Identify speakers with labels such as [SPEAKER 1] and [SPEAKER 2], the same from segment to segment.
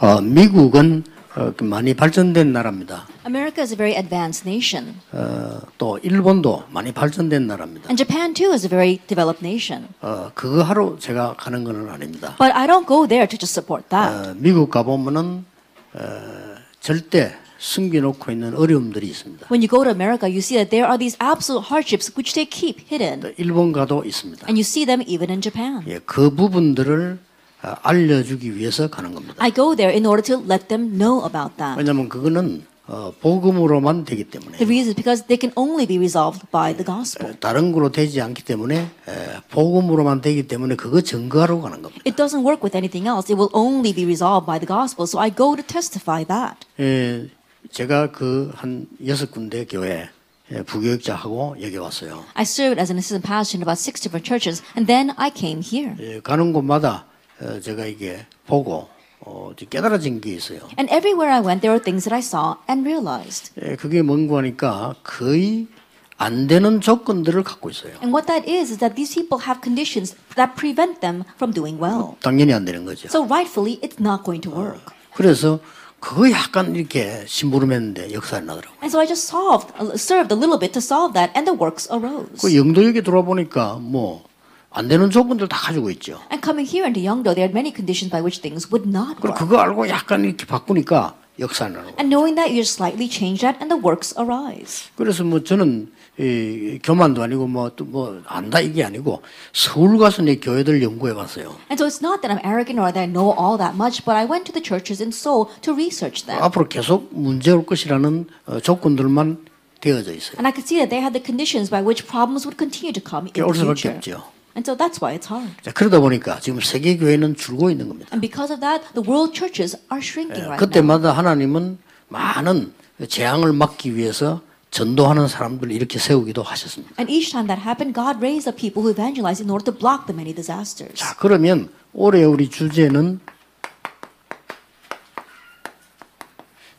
[SPEAKER 1] 어, 미국은 어, 많이 발전된 나라입니다.
[SPEAKER 2] America is a very advanced nation,
[SPEAKER 1] 어, 또 일본도 많이 발전된 나라입니다.
[SPEAKER 2] and Japan too is a very developed nation.
[SPEAKER 1] 어, 그거 하러 제가 가는 건 아닙니다.
[SPEAKER 2] But I don't go there to just support that.
[SPEAKER 1] 어, 미국 가보면은 어, 절대 숨겨놓고 있는 어려움들이 있습니다.
[SPEAKER 2] When you go to America, you see that there are these absolute hardships which they keep hidden,
[SPEAKER 1] 일본 가도 있습니다.
[SPEAKER 2] and you see them even in Japan.
[SPEAKER 1] 예, 그 부분들을 어, 알려주기 위해서 가는 겁니다.
[SPEAKER 2] I go there in order to let them know about that.
[SPEAKER 1] 왜냐하면 그거는 어, 복음으로만 되기 때문에
[SPEAKER 2] The reason is because they can only be resolved by the gospel.
[SPEAKER 1] 다른 거로 되지 않기 때문에 에, 복음으로만 되기 때문에 그거 증거하러 가는 겁니다.
[SPEAKER 2] It doesn't work with anything else. It will only be resolved by the gospel. So I go to testify that.
[SPEAKER 1] 예, 제가 그 한 여섯 군데 교회 예, 부교육자하고 여기 왔어요.
[SPEAKER 2] I served as an assistant pastor in about six different churches, and then I came here.
[SPEAKER 1] 예, 가는 곳마다 어, 제가 이게 보고 어, 이제 깨달아진 게 있어요.
[SPEAKER 2] And everywhere I went, there were things that I saw and realized.
[SPEAKER 1] 예, 그게 뭔고 하니까 거의 안 되는 조건들을 갖고 있어요.
[SPEAKER 2] And what that is, is that these people have conditions that prevent them from doing well.
[SPEAKER 1] 당연히 안 되는 거죠.
[SPEAKER 2] So rightfully, it's not going to work.
[SPEAKER 1] 그래서 그거 약간 이렇게 심부름했는데 역사에 나더라고요.
[SPEAKER 2] And so I just solved, uh, served a little bit to solve that, and the works arose.
[SPEAKER 1] 그 영도역에 들어와 보니까 뭐 안 되는 조건들 다 가지고 있죠.
[SPEAKER 2] And coming here into Yeongdo, there are many conditions by which things would not
[SPEAKER 1] 그리고
[SPEAKER 2] work.
[SPEAKER 1] 그거 알고 약간 이렇게 바꾸니까 역사에 나고.
[SPEAKER 2] And knowing that, you just slightly change that, and the works arise.
[SPEAKER 1] 그래서 뭐 저는 이 교만도 아니고 뭐 또 뭐 안다 이게 아니고 서울 가서 내 교회들 연구해 봤어요.
[SPEAKER 2] And so it's not that I'm arrogant or that I know all that much, but I went to the churches in Seoul to research them.
[SPEAKER 1] 앞으로 계속 문제 올 것이라는 어, 조건들만 되어져 있어요.
[SPEAKER 2] And I could see that they had the conditions by which problems would continue to come in
[SPEAKER 1] 올
[SPEAKER 2] the
[SPEAKER 1] 수밖에
[SPEAKER 2] future.
[SPEAKER 1] 없죠.
[SPEAKER 2] And so that's why it's hard.
[SPEAKER 1] 자, 그러다 보니까 지금 세계 교회는 줄고 있는 겁니다.
[SPEAKER 2] And because of that, the world churches are shrinking right now.
[SPEAKER 1] 그때마다 하나님은 많은 재앙을 막기 위해서 전도하는 사람들을 이렇게 세우기도 하셨습니다.
[SPEAKER 2] And each time that happened, God raised up people who evangelized in order to block the many disasters.
[SPEAKER 1] 자, 그러면 올해 우리 주제는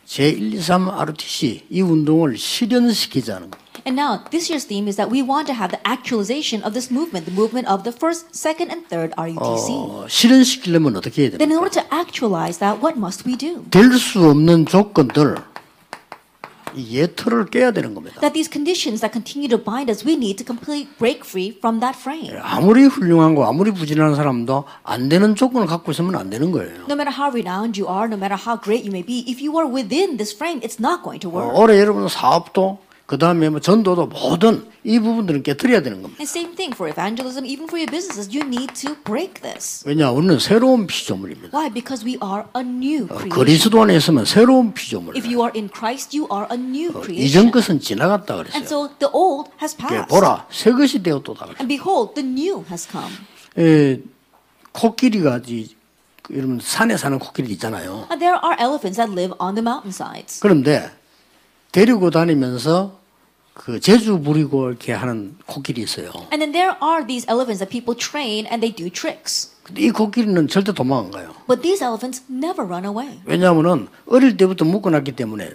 [SPEAKER 1] 제123 RTC 이 운동을 실현시키자는 겁니다.
[SPEAKER 2] And now, this year's theme is that we want to have the actualization of this movement, the movement of the first, second, and third RUTC.
[SPEAKER 1] 어, 실현시키려면 어떻게 해야 됩니까?
[SPEAKER 2] Then, in order to actualize that, what must we do?
[SPEAKER 1] 될 수 없는 조건들 이 예터를 깨야 되는 겁니다.
[SPEAKER 2] That these conditions that continue to bind us, we need to completely break free from that frame.
[SPEAKER 1] 아무리 훌륭하고 아무리 부진한 사람도 안 되는 조건을 갖고 있으면 안 되는 거예요.
[SPEAKER 2] No matter how renowned you are, no matter how great you may be, if you are within this frame, it's not going to
[SPEAKER 1] 어,
[SPEAKER 2] work.
[SPEAKER 1] 올해 여러분 사업도 그 다음에 뭐 전도도 모든 이 부분들은 깨뜨려야 되는 겁니다.
[SPEAKER 2] And same thing for evangelism, even for your businesses, you need to break this.
[SPEAKER 1] 왜냐 우리는 새로운 피조물입니다.
[SPEAKER 2] Why? Because we are a new
[SPEAKER 1] 어,
[SPEAKER 2] creation.
[SPEAKER 1] 그리스도 안에 있으면 새로운
[SPEAKER 2] If
[SPEAKER 1] 피조물이에요.
[SPEAKER 2] you are in Christ, you are a new creation.
[SPEAKER 1] 이전 것은 지나갔다
[SPEAKER 2] And
[SPEAKER 1] 그랬어요.
[SPEAKER 2] so the old has
[SPEAKER 1] 예,
[SPEAKER 2] passed.
[SPEAKER 1] 보라 새 것이 되었도다 그랬어요.
[SPEAKER 2] And behold, the new has come.
[SPEAKER 1] 예, 코끼리가 이- 그 여러분 산에 사는 코끼리 있잖아요.
[SPEAKER 2] And there are elephants that live on the mountainsides.
[SPEAKER 1] 그런데 데리고 다니면서 그 제주 부리고 이렇게 하는 코끼리 있어요.
[SPEAKER 2] And then there are these elephants that people train and they do tricks.
[SPEAKER 1] 근데 이 코끼리는 절대 도망 안 가요.
[SPEAKER 2] But these elephants never run away.
[SPEAKER 1] 왜냐하면은 어릴 때부터 묶어놨기 때문에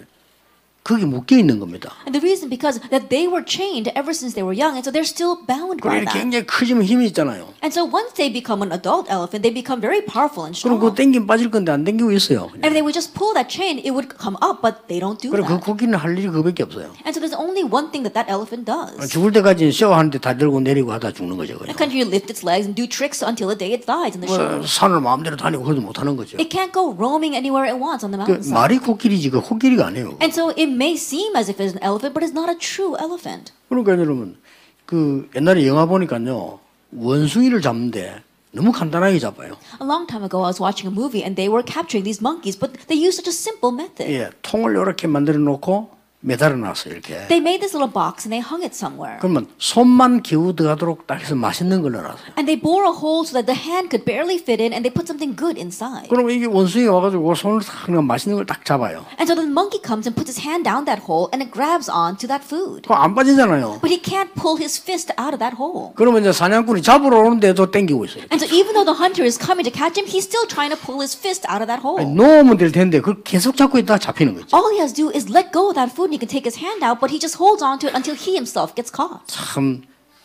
[SPEAKER 1] 그게 묶여 있는 겁니다.
[SPEAKER 2] And the reason because that they were chained ever since they were young, and so they're still bound by
[SPEAKER 1] 그래
[SPEAKER 2] that.
[SPEAKER 1] 굉장히 크지면 힘이 있잖아요.
[SPEAKER 2] And so once they become an adult elephant, they become very powerful and
[SPEAKER 1] 그럼 그거
[SPEAKER 2] strong.
[SPEAKER 1] 땡기면 빠질 건데 안 땡기고 있어요. 그냥.
[SPEAKER 2] And if they would just pull that chain, it would come up, but they don't do
[SPEAKER 1] 그래 그
[SPEAKER 2] that.
[SPEAKER 1] 코끼리는 할 일이 그밖에 없어요.
[SPEAKER 2] And so there's only one thing that that elephant does.
[SPEAKER 1] 아, 죽을 때까지는 쇼하는데 다 들고 내리고 하다 죽는 거죠.
[SPEAKER 2] It
[SPEAKER 1] 그냥.
[SPEAKER 2] can you lift its legs and do tricks until the day it dies in the
[SPEAKER 1] 뭐,
[SPEAKER 2] show.
[SPEAKER 1] 산을 마음대로 다니고 그래도 못하는 거죠.
[SPEAKER 2] It can't go roaming anywhere it wants on the
[SPEAKER 1] 그
[SPEAKER 2] mountainside.
[SPEAKER 1] 말이 코끼리지 그 코끼리가 아니에요.
[SPEAKER 2] And so it may seem as if it's an elephant, but it's not a true elephant.
[SPEAKER 1] 그러니까 여러분 그 옛날에 영화 보니까요 원숭이를 잡는데 너무 간단하게 잡아요.
[SPEAKER 2] A long time ago, I was watching a movie and they were capturing these monkeys, but they used such a simple method.
[SPEAKER 1] 예, 통을 이렇게 만들어 놓고 매달아 놨어요 이렇게.
[SPEAKER 2] They made this little box and they hung it somewhere.
[SPEAKER 1] 그러면 손만 기우 들어가도록 딱 해서 맛있는 걸 넣어놨어요.
[SPEAKER 2] And they bore a hole so that the hand could barely fit in and they put something good inside.
[SPEAKER 1] 그러면 이게 원숭이 와가지고 손을 딱 그냥 맛있는 걸 딱 잡아요.
[SPEAKER 2] And so the monkey comes and puts his hand down that hole and it grabs onto that food.
[SPEAKER 1] 그거 안 빠지잖아요.
[SPEAKER 2] But he can't pull his fist out of that hole.
[SPEAKER 1] 그러면 이제 사냥꾼이 잡으러 오는데도 땡기고 있어요.
[SPEAKER 2] And so even though the hunter is coming to catch him, he's still trying to pull his fist out of that hole.
[SPEAKER 1] 아니, 놓으면 될 텐데 그걸 계속 잡고 있다가 잡히는 거죠.
[SPEAKER 2] All he has to do is let go of that food and he can take his hand out, but he just holds on to it until he himself gets caught.
[SPEAKER 1] 참,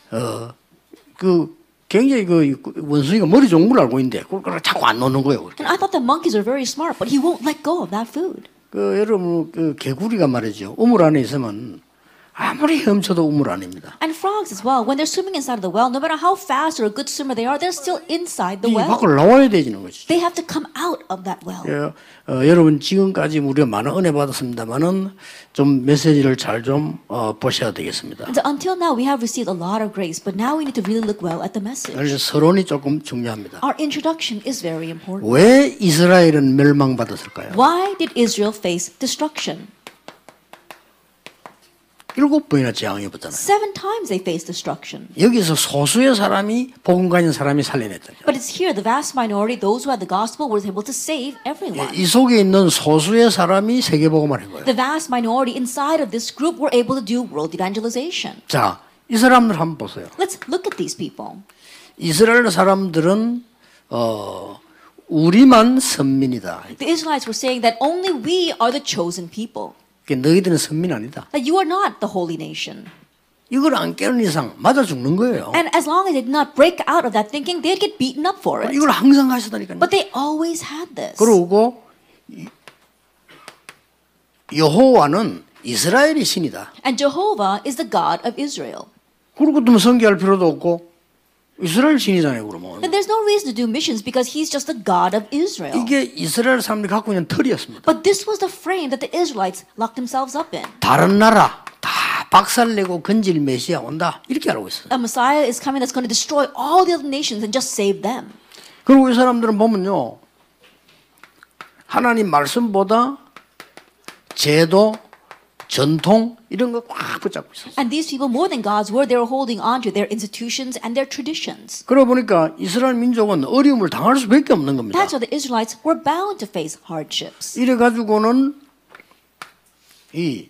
[SPEAKER 1] 어, 그 굉장히 그 원숭이가 머리 좋은 걸 알고 있는데 그걸 그걸 자꾸 안 놓는 거예요.
[SPEAKER 2] And I thought the monkeys are very smart, but he won't let go of that food.
[SPEAKER 1] 그 여러분 그 개구리가 말이죠. 우물 안에 있으면 아무리 헤엄쳐도 우물 안입니다.
[SPEAKER 2] And frogs as well, when they're swimming inside of the well, no matter how fast or a good swimmer they are, they're still inside the
[SPEAKER 1] 이
[SPEAKER 2] well.
[SPEAKER 1] 밖을 나와야 되는 거죠.
[SPEAKER 2] They have to come out of that well.
[SPEAKER 1] 예, 어, 여러분 지금까지 우리가 많은 은혜 받았습니다만은 좀 메시지를 잘 좀 어, 보셔야 되겠습니다.
[SPEAKER 2] And so until now, we have received a lot of grace, but now we need to really look well at the message.
[SPEAKER 1] 그래서 서론이 조금 중요합니다.
[SPEAKER 2] Our introduction is very important.
[SPEAKER 1] 왜 이스라엘은 멸망받았을까요?
[SPEAKER 2] Why did Israel face destruction?
[SPEAKER 1] 일곱 번이나 재앙이 붙잖아요.
[SPEAKER 2] Seven times they faced destruction.
[SPEAKER 1] 여기서 소수의 사람이 복음 가진 사람이 살려냈다죠.
[SPEAKER 2] But it's here the vast minority, those who had the gospel, were able to save everyone.
[SPEAKER 1] 이 속에 있는 소수의 사람이 세계 복음을 한 거예요.
[SPEAKER 2] The vast minority inside of this group were able to do world evangelization.
[SPEAKER 1] 자, 이 사람들 한번 보세요.
[SPEAKER 2] Let's look at these people.
[SPEAKER 1] 이스라엘 사람들은 어 우리만 선민이다.
[SPEAKER 2] The Israelites were saying that only we are the chosen people,
[SPEAKER 1] 그게 너희들은 선민 아니다.
[SPEAKER 2] that you are not the holy nation.
[SPEAKER 1] 이걸 안 깨는 이상 맞아 죽는 거예요.
[SPEAKER 2] And as long as they did not break out of that thinking, they'd get beaten up for it.
[SPEAKER 1] 이걸 항상 하시다니까요.
[SPEAKER 2] But they always had this.
[SPEAKER 1] 그러고 이- 여호와는 이스라엘의 신이다.
[SPEAKER 2] And Jehovah is the God of Israel.
[SPEAKER 1] 그러고 좀 성기할 필요도 없고 이스라엘 신이잖아요. 그러면
[SPEAKER 2] And there's no reason to do missions because he's just the God of Israel.
[SPEAKER 1] 이게 이스라엘 사람들이 갖고 있는 털이었습니다.
[SPEAKER 2] But this was the frame that the Israelites locked themselves up in.
[SPEAKER 1] 다른 나라 다 박살내고 건질 메시아 온다 이렇게 알고 있어요.
[SPEAKER 2] A Messiah is coming that's going to destroy all the other nations and just save them.
[SPEAKER 1] 그리고 이 사람들은 보면요. 하나님 말씀보다 제도, 전통 이런 거 꽉 붙잡고 있어요.
[SPEAKER 2] And these people, more than God's word, they were holding on to their institutions and their traditions.
[SPEAKER 1] 그러다 보니까 이스라엘 민족은 어려움을 당할 수밖에 없는 겁니다.
[SPEAKER 2] That's why the Israelites were bound to face hardships.
[SPEAKER 1] 이래 가지고는 이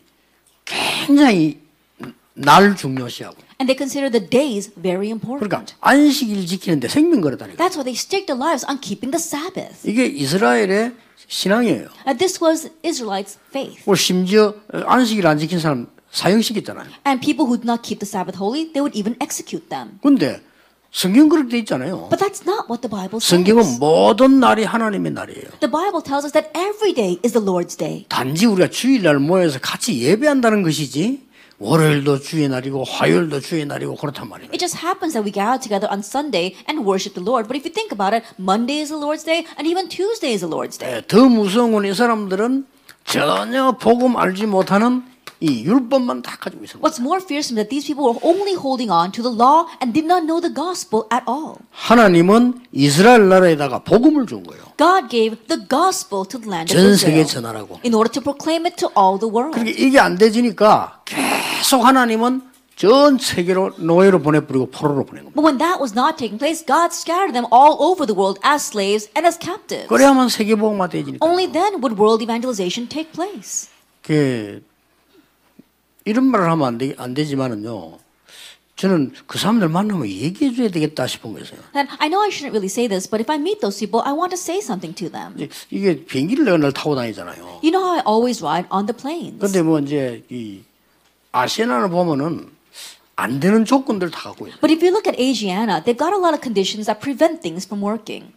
[SPEAKER 1] 굉장히 날 중요시하고
[SPEAKER 2] And they considered the days very
[SPEAKER 1] 그러니까
[SPEAKER 2] important.
[SPEAKER 1] 안식일 지키는데 생명 걸어다니고
[SPEAKER 2] That's why they staked their lives on keeping the Sabbath.
[SPEAKER 1] 이게 이스라엘의 신앙이에요.
[SPEAKER 2] And this was Israelites' faith.
[SPEAKER 1] 그리고 심지어 안식일 안 지킨 사람 사형시켰잖아요.
[SPEAKER 2] And people who did not keep the Sabbath holy, they would even execute them.
[SPEAKER 1] 근데 성경 그렇게 돼 있잖아요.
[SPEAKER 2] But that's not what the Bible says.
[SPEAKER 1] 성경은 모든 날이 하나님의 날이에요.
[SPEAKER 2] The Bible tells us that every day is the Lord's day.
[SPEAKER 1] 단지 우리가 주일날 모여서 같이 예배한다는 것이지 월요일도 주의 날이고 화요일도 주의 날이고 그렇단 말이에요.
[SPEAKER 2] It just happens that we gather together on Sunday and worship the Lord. But if you think about it, Monday is the Lord's day, and even Tuesday is the Lord's day.
[SPEAKER 1] 예, 더 무서운 건 이 사람들은 전혀 복음 알지 못하는 이 율법만 다 가지고 있습니다.
[SPEAKER 2] What's more fearsome is that these people were only holding on to the law and did not know the gospel at all.
[SPEAKER 1] 하나님은 이스라엘 나라에다가 복음을 준 거예요.
[SPEAKER 2] God gave the gospel to the land of
[SPEAKER 1] 전 세계에
[SPEAKER 2] Israel
[SPEAKER 1] 전하라고.
[SPEAKER 2] in order to proclaim it to all the world.
[SPEAKER 1] 그러니까 이게 안 되지니까 계속 하나님은 전 세계로 노예로 보내버리고 포로로 보낸 겁니다.
[SPEAKER 2] But when that was not taking place, God scattered them all over the world as slaves and as captives.
[SPEAKER 1] 그래야만 세계 복음화 되지니까.
[SPEAKER 2] Only then would world evangelization take place.
[SPEAKER 1] 그 이런 말을 하면 안, 되, 안 되지만은요. 저는 그 사람들 만나면 얘기해 줘야 되겠다 싶은 거였어요.
[SPEAKER 2] And I know I shouldn't really say this, but if I meet those people, I want to say something to them.
[SPEAKER 1] 이제 이게 비행기를 내가 날 타고 다니잖아요.
[SPEAKER 2] You know how I always ride on the planes.
[SPEAKER 1] 근데 뭐 이제 이 아시아나를 보면은 안 되는 조건들 다 갖고 있어요.
[SPEAKER 2] But if you look at Asiana, they've got a lot of conditions that prevent things from working.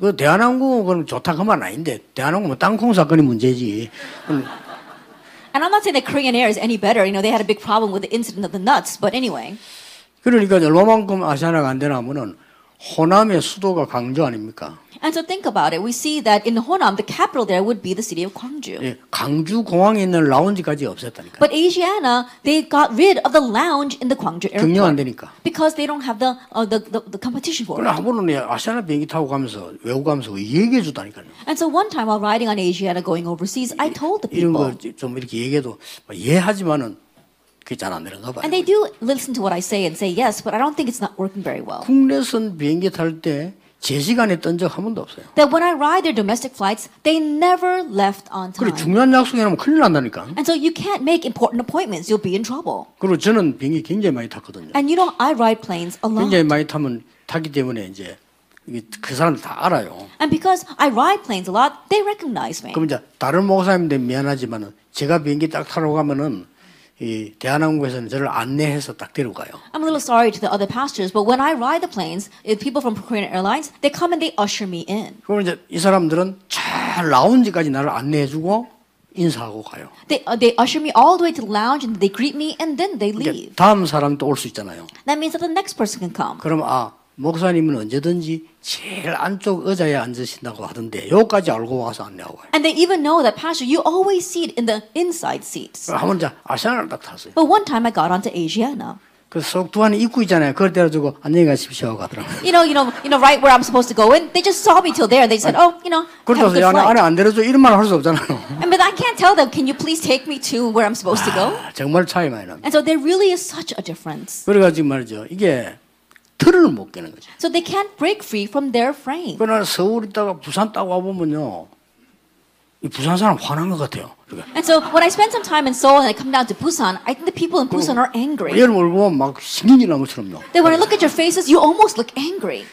[SPEAKER 1] 그 대한항공은 좋다 그만 아닌데 대한항공은 땅콩 사건이 문제지.
[SPEAKER 2] And I'm not saying that Korean Air is any better. You know, they had a big problem with the incident of the nuts, but anyway.
[SPEAKER 1] 그러니까 얼마만큼 아시아나가 안 되나 하면은 호남의 수도가 광주 아닙니까?
[SPEAKER 2] And so think about it. We see that in Honam, the capital there would be the city of Gwangju.
[SPEAKER 1] 예, 광주 공항에 있는 라운지까지 없앴다니까.
[SPEAKER 2] But Asiana, they got rid of the lounge in the Gwangju
[SPEAKER 1] 경영 안
[SPEAKER 2] airport
[SPEAKER 1] 되니까.
[SPEAKER 2] because they don't have the, uh, the, the, the competition for
[SPEAKER 1] 그래
[SPEAKER 2] it.
[SPEAKER 1] 한 번은 예, 아시아나 비행기 타고 가면서 외국 가면서 그 얘기해 주다니까요.
[SPEAKER 2] And so one time while riding on Asiana going overseas, I told the
[SPEAKER 1] 이런
[SPEAKER 2] people,
[SPEAKER 1] 거 좀 이렇게 얘기해도 예하지만은 그게 잘 안 되는가 봐요.
[SPEAKER 2] and they do listen to what I say and say yes, but I don't think it's not working very well.
[SPEAKER 1] 국내선 비행기 탈 때 제 시간에 뜬 적 한 번도 없어요.
[SPEAKER 2] That when I ride their domestic flights, they never left on
[SPEAKER 1] 그래
[SPEAKER 2] time.
[SPEAKER 1] 중요한 약속이라면 큰일 난다니까.
[SPEAKER 2] And so you can't make important appointments, you'll be in trouble.
[SPEAKER 1] 그리고 저는 비행기 굉장히 많이 탔거든요.
[SPEAKER 2] And you know, I ride planes a lot.
[SPEAKER 1] 굉장히 많이 타면 타기 때문에 이제 이게 그 사람들 다 알아요.
[SPEAKER 2] And because I ride planes a lot, they recognize me.
[SPEAKER 1] 그럼 이제 다른 목사님들 미안하지만은 제가 비행기 딱 타러 가면은 이 대한항공에서는 저를 안내해서 딱 데려가요.
[SPEAKER 2] I'm a little sorry to the other pastors, but when I ride the planes, if people from Korean Airlines, they come and they usher me in.
[SPEAKER 1] 그러면 이제 이 사람들은 잘 라운지까지 나를 안내해주고 인사하고 가요.
[SPEAKER 2] They uh, they usher me all the way to the lounge and they greet me and then they
[SPEAKER 1] 이제
[SPEAKER 2] leave.
[SPEAKER 1] 다음 사람 또 올 수 있잖아요.
[SPEAKER 2] That means that the next person can come.
[SPEAKER 1] 그럼 아 목사님은 언제든지 제일 안쪽 의자에 앉으신다고 하던데 여기까지 알고 와서 안내하고 가요.
[SPEAKER 2] And they even know that pastor, you always seat in the inside seats.
[SPEAKER 1] 그럼 한번 이제 아시아나를 딱 탔어요.
[SPEAKER 2] But one time I got onto Asiana.
[SPEAKER 1] 그 속두안에 입구 있잖아요. 그걸 데려주고 안녕히 가십시오 하고 가더라고요.
[SPEAKER 2] You know, you know, you know, right where I'm supposed to go in. They just saw me till there. They said, "Oh, you know, have a
[SPEAKER 1] 그렇다고
[SPEAKER 2] good
[SPEAKER 1] 야, 나 안에
[SPEAKER 2] flight."
[SPEAKER 1] 안 데려줘 이런 말 할 수 없잖아요.
[SPEAKER 2] And but I can't tell them. Can you please take me to where I'm supposed to go?
[SPEAKER 1] 아, 정말 차이 많이 납니다.
[SPEAKER 2] And so there really is such a difference.
[SPEAKER 1] 그래가지고 말이죠. 이게 틀을 못 깨는 거죠.
[SPEAKER 2] So they can't break free from their frame.
[SPEAKER 1] 그러나 서울 있다가 부산 따고 와보면요. 이 부산 사람 화난 것 같아요. 그러니까
[SPEAKER 2] And so when I spend some time in Seoul and I come down to Busan, I think the people in Busan are angry.
[SPEAKER 1] 얘를 몰고 보면 막 신경이 나는 것처럼요.
[SPEAKER 2] That when I look at your faces, you almost look angry.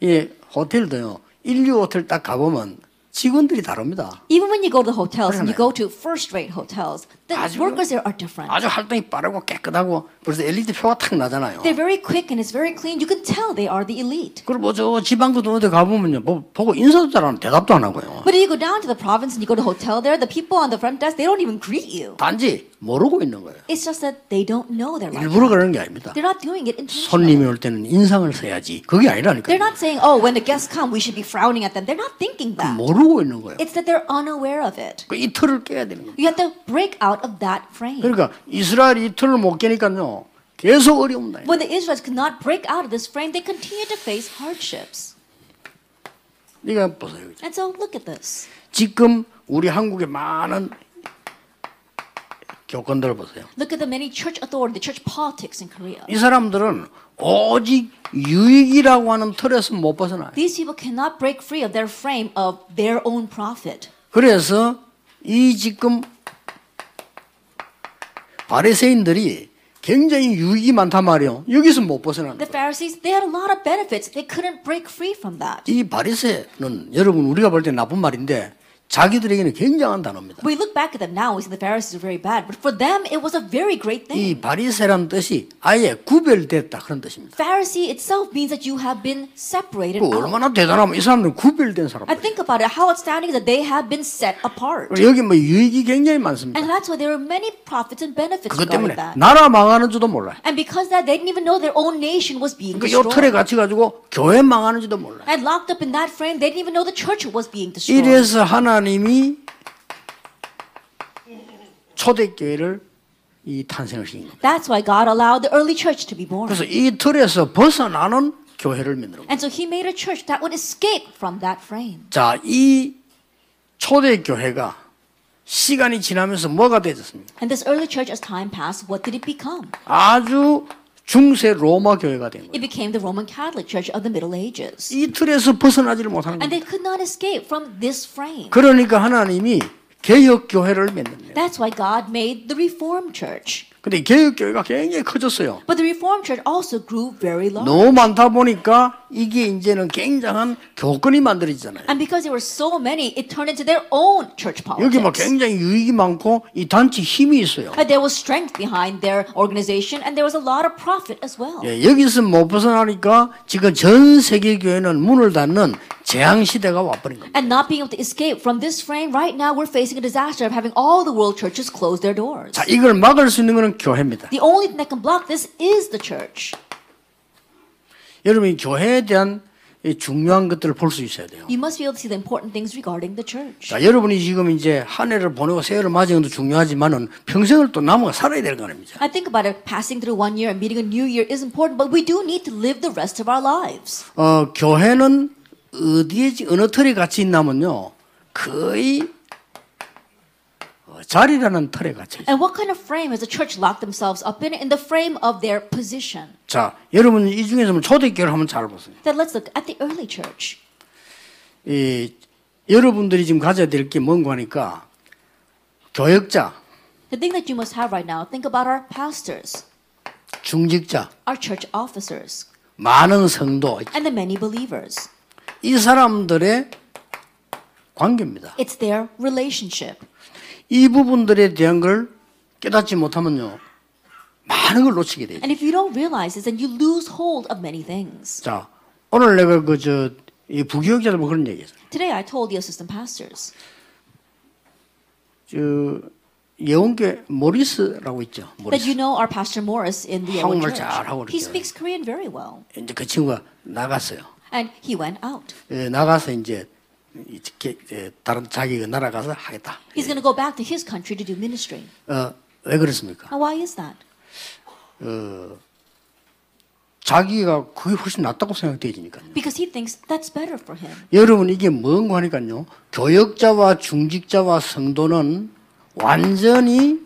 [SPEAKER 1] 이 호텔도요. 1류 호텔 딱 가보면 직원들이 다릅니다.
[SPEAKER 2] Even when you go to the hotels and you go to first-rate hotels, the
[SPEAKER 1] 아주-
[SPEAKER 2] workers there are different.
[SPEAKER 1] 아주 활동이 빠르고 깨끗하고 벌써 엘리트 표가 탁 나잖아요.
[SPEAKER 2] They're very quick and it's very clean. You can tell they are the elite.
[SPEAKER 1] 그리고 뭐 저 지방구도 어디 가보면요. 뭐 보고 인사도 잘 안 하고 대답도 안 하고요.
[SPEAKER 2] But if you go down to the province and you go to a hotel there, the people on the front desk, they don't even greet you.
[SPEAKER 1] 단지 모르고 있는 거예요.
[SPEAKER 2] It's just that they don't know they're like
[SPEAKER 1] 일부러 그러는 게 아닙니다.
[SPEAKER 2] They're not doing it intentionally.
[SPEAKER 1] 손님이 올 때는 인상을 써야지. 그게
[SPEAKER 2] They're
[SPEAKER 1] 아니라니까요.
[SPEAKER 2] not saying, oh, when the guests come, we should be frowning at them. They're not thinking that.
[SPEAKER 1] 모르고 있는 거예요.
[SPEAKER 2] It's that they're unaware of it.
[SPEAKER 1] 그 이 틀을 깨야 되는 거예요.
[SPEAKER 2] You have to break out of that frame.
[SPEAKER 1] 그러니까 이스라엘이 이 틀을 못 깨니까요. 계속 어려운다.
[SPEAKER 2] When the Israelites could not break out of this frame, they continued to face hardships.
[SPEAKER 1] 네가 보세요.
[SPEAKER 2] And so look at this.
[SPEAKER 1] 지금 우리 한국의 많은 교권들을 보세요.
[SPEAKER 2] Look at the many church authority, the church politics in Korea.
[SPEAKER 1] 이 사람들은 오직 유익이라고 하는 틀에서 못 벗어나요.
[SPEAKER 2] These people cannot break free of their frame of their own profit.
[SPEAKER 1] 그래서 이 지금 바리새인들이 굉장히 유익이 많단 말이에요. 여기서 못 벗어나는
[SPEAKER 2] The
[SPEAKER 1] 거예요.
[SPEAKER 2] Pharisees, they had a lot of benefits. They couldn't break free from that.
[SPEAKER 1] 이 바리새는 여러분 우리가 볼 때 나쁜 말인데 자기들에게는 굉장한 단어입니다.
[SPEAKER 2] We look back at them now, we see the Pharisees are very bad, but for them, it was a very great thing.
[SPEAKER 1] 이 바리새란 뜻이 아예 구별됐다 그런 뜻입니다.
[SPEAKER 2] Pharisee itself means that you have been separated
[SPEAKER 1] 그
[SPEAKER 2] out.
[SPEAKER 1] 얼마나 대단하면 이 사람들은 구별된
[SPEAKER 2] I
[SPEAKER 1] 사람들.
[SPEAKER 2] think about it, how outstanding that they have been set apart.
[SPEAKER 1] 여기 뭐 유익이 굉장히 많습니다.
[SPEAKER 2] And that's why there were many profits and benefits
[SPEAKER 1] 그것 때문에
[SPEAKER 2] regarding that.
[SPEAKER 1] 나라 망하는 줄도 몰라요.
[SPEAKER 2] And because that, they didn't even know their own nation was being
[SPEAKER 1] 그요 틀에
[SPEAKER 2] destroyed.
[SPEAKER 1] 갇혀 가지고 교회 망하는 줄도 몰라요.
[SPEAKER 2] And locked up in that frame, they didn't even know the church was being destroyed.
[SPEAKER 1] 이래서 하나님이 초대교회를 이 탄생을 시킨 겁니다.
[SPEAKER 2] That's why God allowed the early church to be born.
[SPEAKER 1] 그래서 이 틀에서 벗어나는 교회를 만들어.
[SPEAKER 2] And so he made a church that would escape from that frame.
[SPEAKER 1] 자, 이 초대교회가 시간이 지나면서 뭐가 되졌습니까?
[SPEAKER 2] And this early church, as time passed, what did it become?
[SPEAKER 1] 아주 중세 로마 교회가 된 거예요.
[SPEAKER 2] It became the Roman Catholic Church of the Middle Ages.
[SPEAKER 1] 이 틀에서 벗어나지를 못하는
[SPEAKER 2] And
[SPEAKER 1] 거예요.
[SPEAKER 2] they could not escape from this frame.
[SPEAKER 1] 그러니까 하나님이 개혁교회를 만듭니다.
[SPEAKER 2] That's why God made the Reformed Church.
[SPEAKER 1] 근데 개혁교회가 굉장히 커졌어요.
[SPEAKER 2] But the Reformed Church also grew very large.
[SPEAKER 1] 너무 많다 보니까 이게 이제는 굉장한 교권이 만들어지잖아요.
[SPEAKER 2] And because there were so many, it turned into their own church
[SPEAKER 1] 여기 막
[SPEAKER 2] politics.
[SPEAKER 1] 굉장히 유익이 많고 이 단체 힘이 있어요.
[SPEAKER 2] But there was strength behind their organization, and there was a lot of profit as well.
[SPEAKER 1] 예, 여기서 못 벗어나니까 지금 전 세계 교회는 문을 닫는 재앙 시대가 와버린 겁니다.
[SPEAKER 2] And not being able to escape from this frame, right now we're facing a disaster of having all the world churches close their doors.
[SPEAKER 1] 자, 이걸 막을 수 있는 것은 교회입니다.
[SPEAKER 2] The only thing that can block this is the church.
[SPEAKER 1] 여러분이 교회에 대한 이 중요한 것들을 볼 수 있어야 돼요.
[SPEAKER 2] You must be able to see the important things regarding the church.
[SPEAKER 1] 자, 여러분이 지금 이제 한 해를 보내고 새해를 맞이하는 것도 중요하지만은 평생을 또 남아 살아야 될 거 아닙니까?
[SPEAKER 2] I think about it, passing through one year and meeting a new year is important, but we do need to live the rest of our lives.
[SPEAKER 1] 어, 교회는 어디에 지- 어느 틀에 갇혀 있나면요. 거의 어, 자리라는 틀에 갇혀 있어요.
[SPEAKER 2] And what kind of frame has the church locked themselves up in? In the frame of their position.
[SPEAKER 1] 자, 여러분 이 중에서 뭐 초대교회를 한번 잘 보세요.
[SPEAKER 2] Then let's look at the early church.
[SPEAKER 1] 이 여러분들이 지금 가져야 될 게 뭔가 하니까 교역자,
[SPEAKER 2] The thing that you must have right now, think about our pastors,
[SPEAKER 1] 중직자,
[SPEAKER 2] our church officers,
[SPEAKER 1] 많은 성도
[SPEAKER 2] and the many believers.
[SPEAKER 1] 이 사람들의 관계입니다.
[SPEAKER 2] It's their relationship.
[SPEAKER 1] 이 부분들에 대한 걸 깨닫지 못하면요 많은 걸 놓치게 돼요.
[SPEAKER 2] And if you don't realize this, then you lose hold of many things.
[SPEAKER 1] 자 오늘 내가 그저이 부교육자들 뭐 그런 얘기했어.
[SPEAKER 2] Today I told the assistant pastors,
[SPEAKER 1] 저 예원계 모리스라고 있죠.
[SPEAKER 2] that
[SPEAKER 1] 모리스.
[SPEAKER 2] you know our pastor Morris in the Yeowan
[SPEAKER 1] 한국말 잘하고
[SPEAKER 2] church. He
[SPEAKER 1] 그러죠.
[SPEAKER 2] speaks Korean very well.
[SPEAKER 1] 이제 그 친구가 나갔어요.
[SPEAKER 2] And he went out.
[SPEAKER 1] 예, 나가서 이제 이렇게 이제 다른 자기 나라 가서 하겠다.
[SPEAKER 2] He's going to go back to his country to do ministry.
[SPEAKER 1] 어, 왜 그렇습니까?
[SPEAKER 2] Now, why is that?
[SPEAKER 1] 자기가 그게 훨씬 낫다고 생각되니까요.
[SPEAKER 2] Because he thinks that's better for him.
[SPEAKER 1] 여러분 이게 뭔가 하니까요. 교역자와 중직자와 성도는 완전히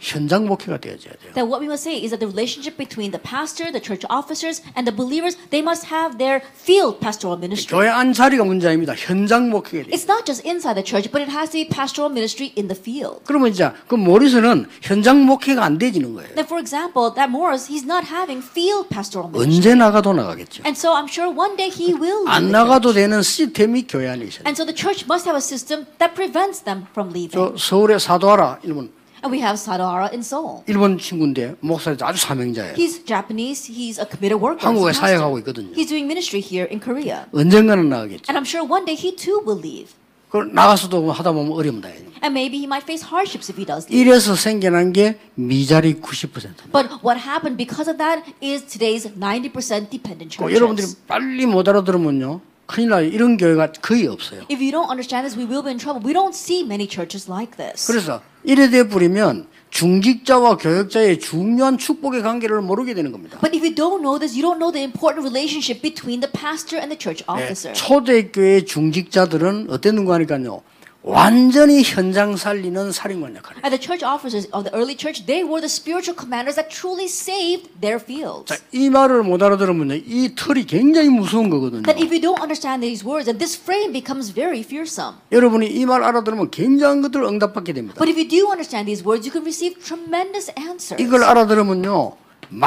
[SPEAKER 1] 현장 목회가 되어져야 돼요.
[SPEAKER 2] That what we must say is that the relationship between the pastor, the church officers, and the believers, they must have their field pastoral ministry.
[SPEAKER 1] 교회 안사리가 문제 아닙니다. 현장 목회가 돼요.
[SPEAKER 2] It's not just inside the church, but it has to be pastoral ministry in the field.
[SPEAKER 1] 그러면 이제 그 모리스는 현장 목회가 안 되지는 거예요.
[SPEAKER 2] Then, for example, that Morris, he's not having field pastoral
[SPEAKER 1] 언제
[SPEAKER 2] ministry.
[SPEAKER 1] 나가도 나가겠죠.
[SPEAKER 2] And so I'm sure one day he will leave.
[SPEAKER 1] 안
[SPEAKER 2] the church.
[SPEAKER 1] 나가도 되는 시스템이 교회 안에 있어요.
[SPEAKER 2] And so the church must have a system that prevents them from leaving.
[SPEAKER 1] 저 서울의 사도하라 일본
[SPEAKER 2] And we have Sadara in Seoul.
[SPEAKER 1] 일본 친구인데 목사님 아주 사명자예요.
[SPEAKER 2] He's Japanese. He's a committed worker. he's a
[SPEAKER 1] 한국에
[SPEAKER 2] pastor.
[SPEAKER 1] 사역하고 있거든요.
[SPEAKER 2] He's doing ministry here in Korea.
[SPEAKER 1] 언젠가는 나가겠죠.
[SPEAKER 2] And I'm sure one day he too will leave.
[SPEAKER 1] 그 나가서도 뭐 하다 보면 어려움 다해요.
[SPEAKER 2] And maybe he might face hardships if he does leave.
[SPEAKER 1] 이래서 생겨난 게 미자리 90%.
[SPEAKER 2] But what happened because of that is today's 90% dependent
[SPEAKER 1] 그 여러분들이
[SPEAKER 2] churches.
[SPEAKER 1] 빨리 못 알아들으면요 큰일 나요. 이런 교회가 거의 없어요.
[SPEAKER 2] If you don't understand this, we will be in trouble. We don't see many churches like this.
[SPEAKER 1] 그래서 이래 돼 버리면 중직자와 교역자의 중요한 축복의 관계를 모르게 되는 겁니다.
[SPEAKER 2] But if you don't know this, you don't know the important relationship between the pastor and the church
[SPEAKER 1] 네,
[SPEAKER 2] officer.
[SPEAKER 1] 초대교회 중직자들은 어땠는가 하니까요. 완전히 현장 살리는 살인관 역할을. 해요.
[SPEAKER 2] And the church officers of the early church, they were the spiritual commanders that truly saved their fields.
[SPEAKER 1] 자, 이 말을 못 알아들으면요. 이 털이 굉장히 무서운 거거든요.
[SPEAKER 2] That if you don't understand these words, then this frame becomes very fearsome.
[SPEAKER 1] 여러분이 이 말 알아들으면 굉장한 것들을 응답받게 됩니다.
[SPEAKER 2] But if you do understand these words, you can receive tremendous answers.
[SPEAKER 1] 이걸 알아들으면요.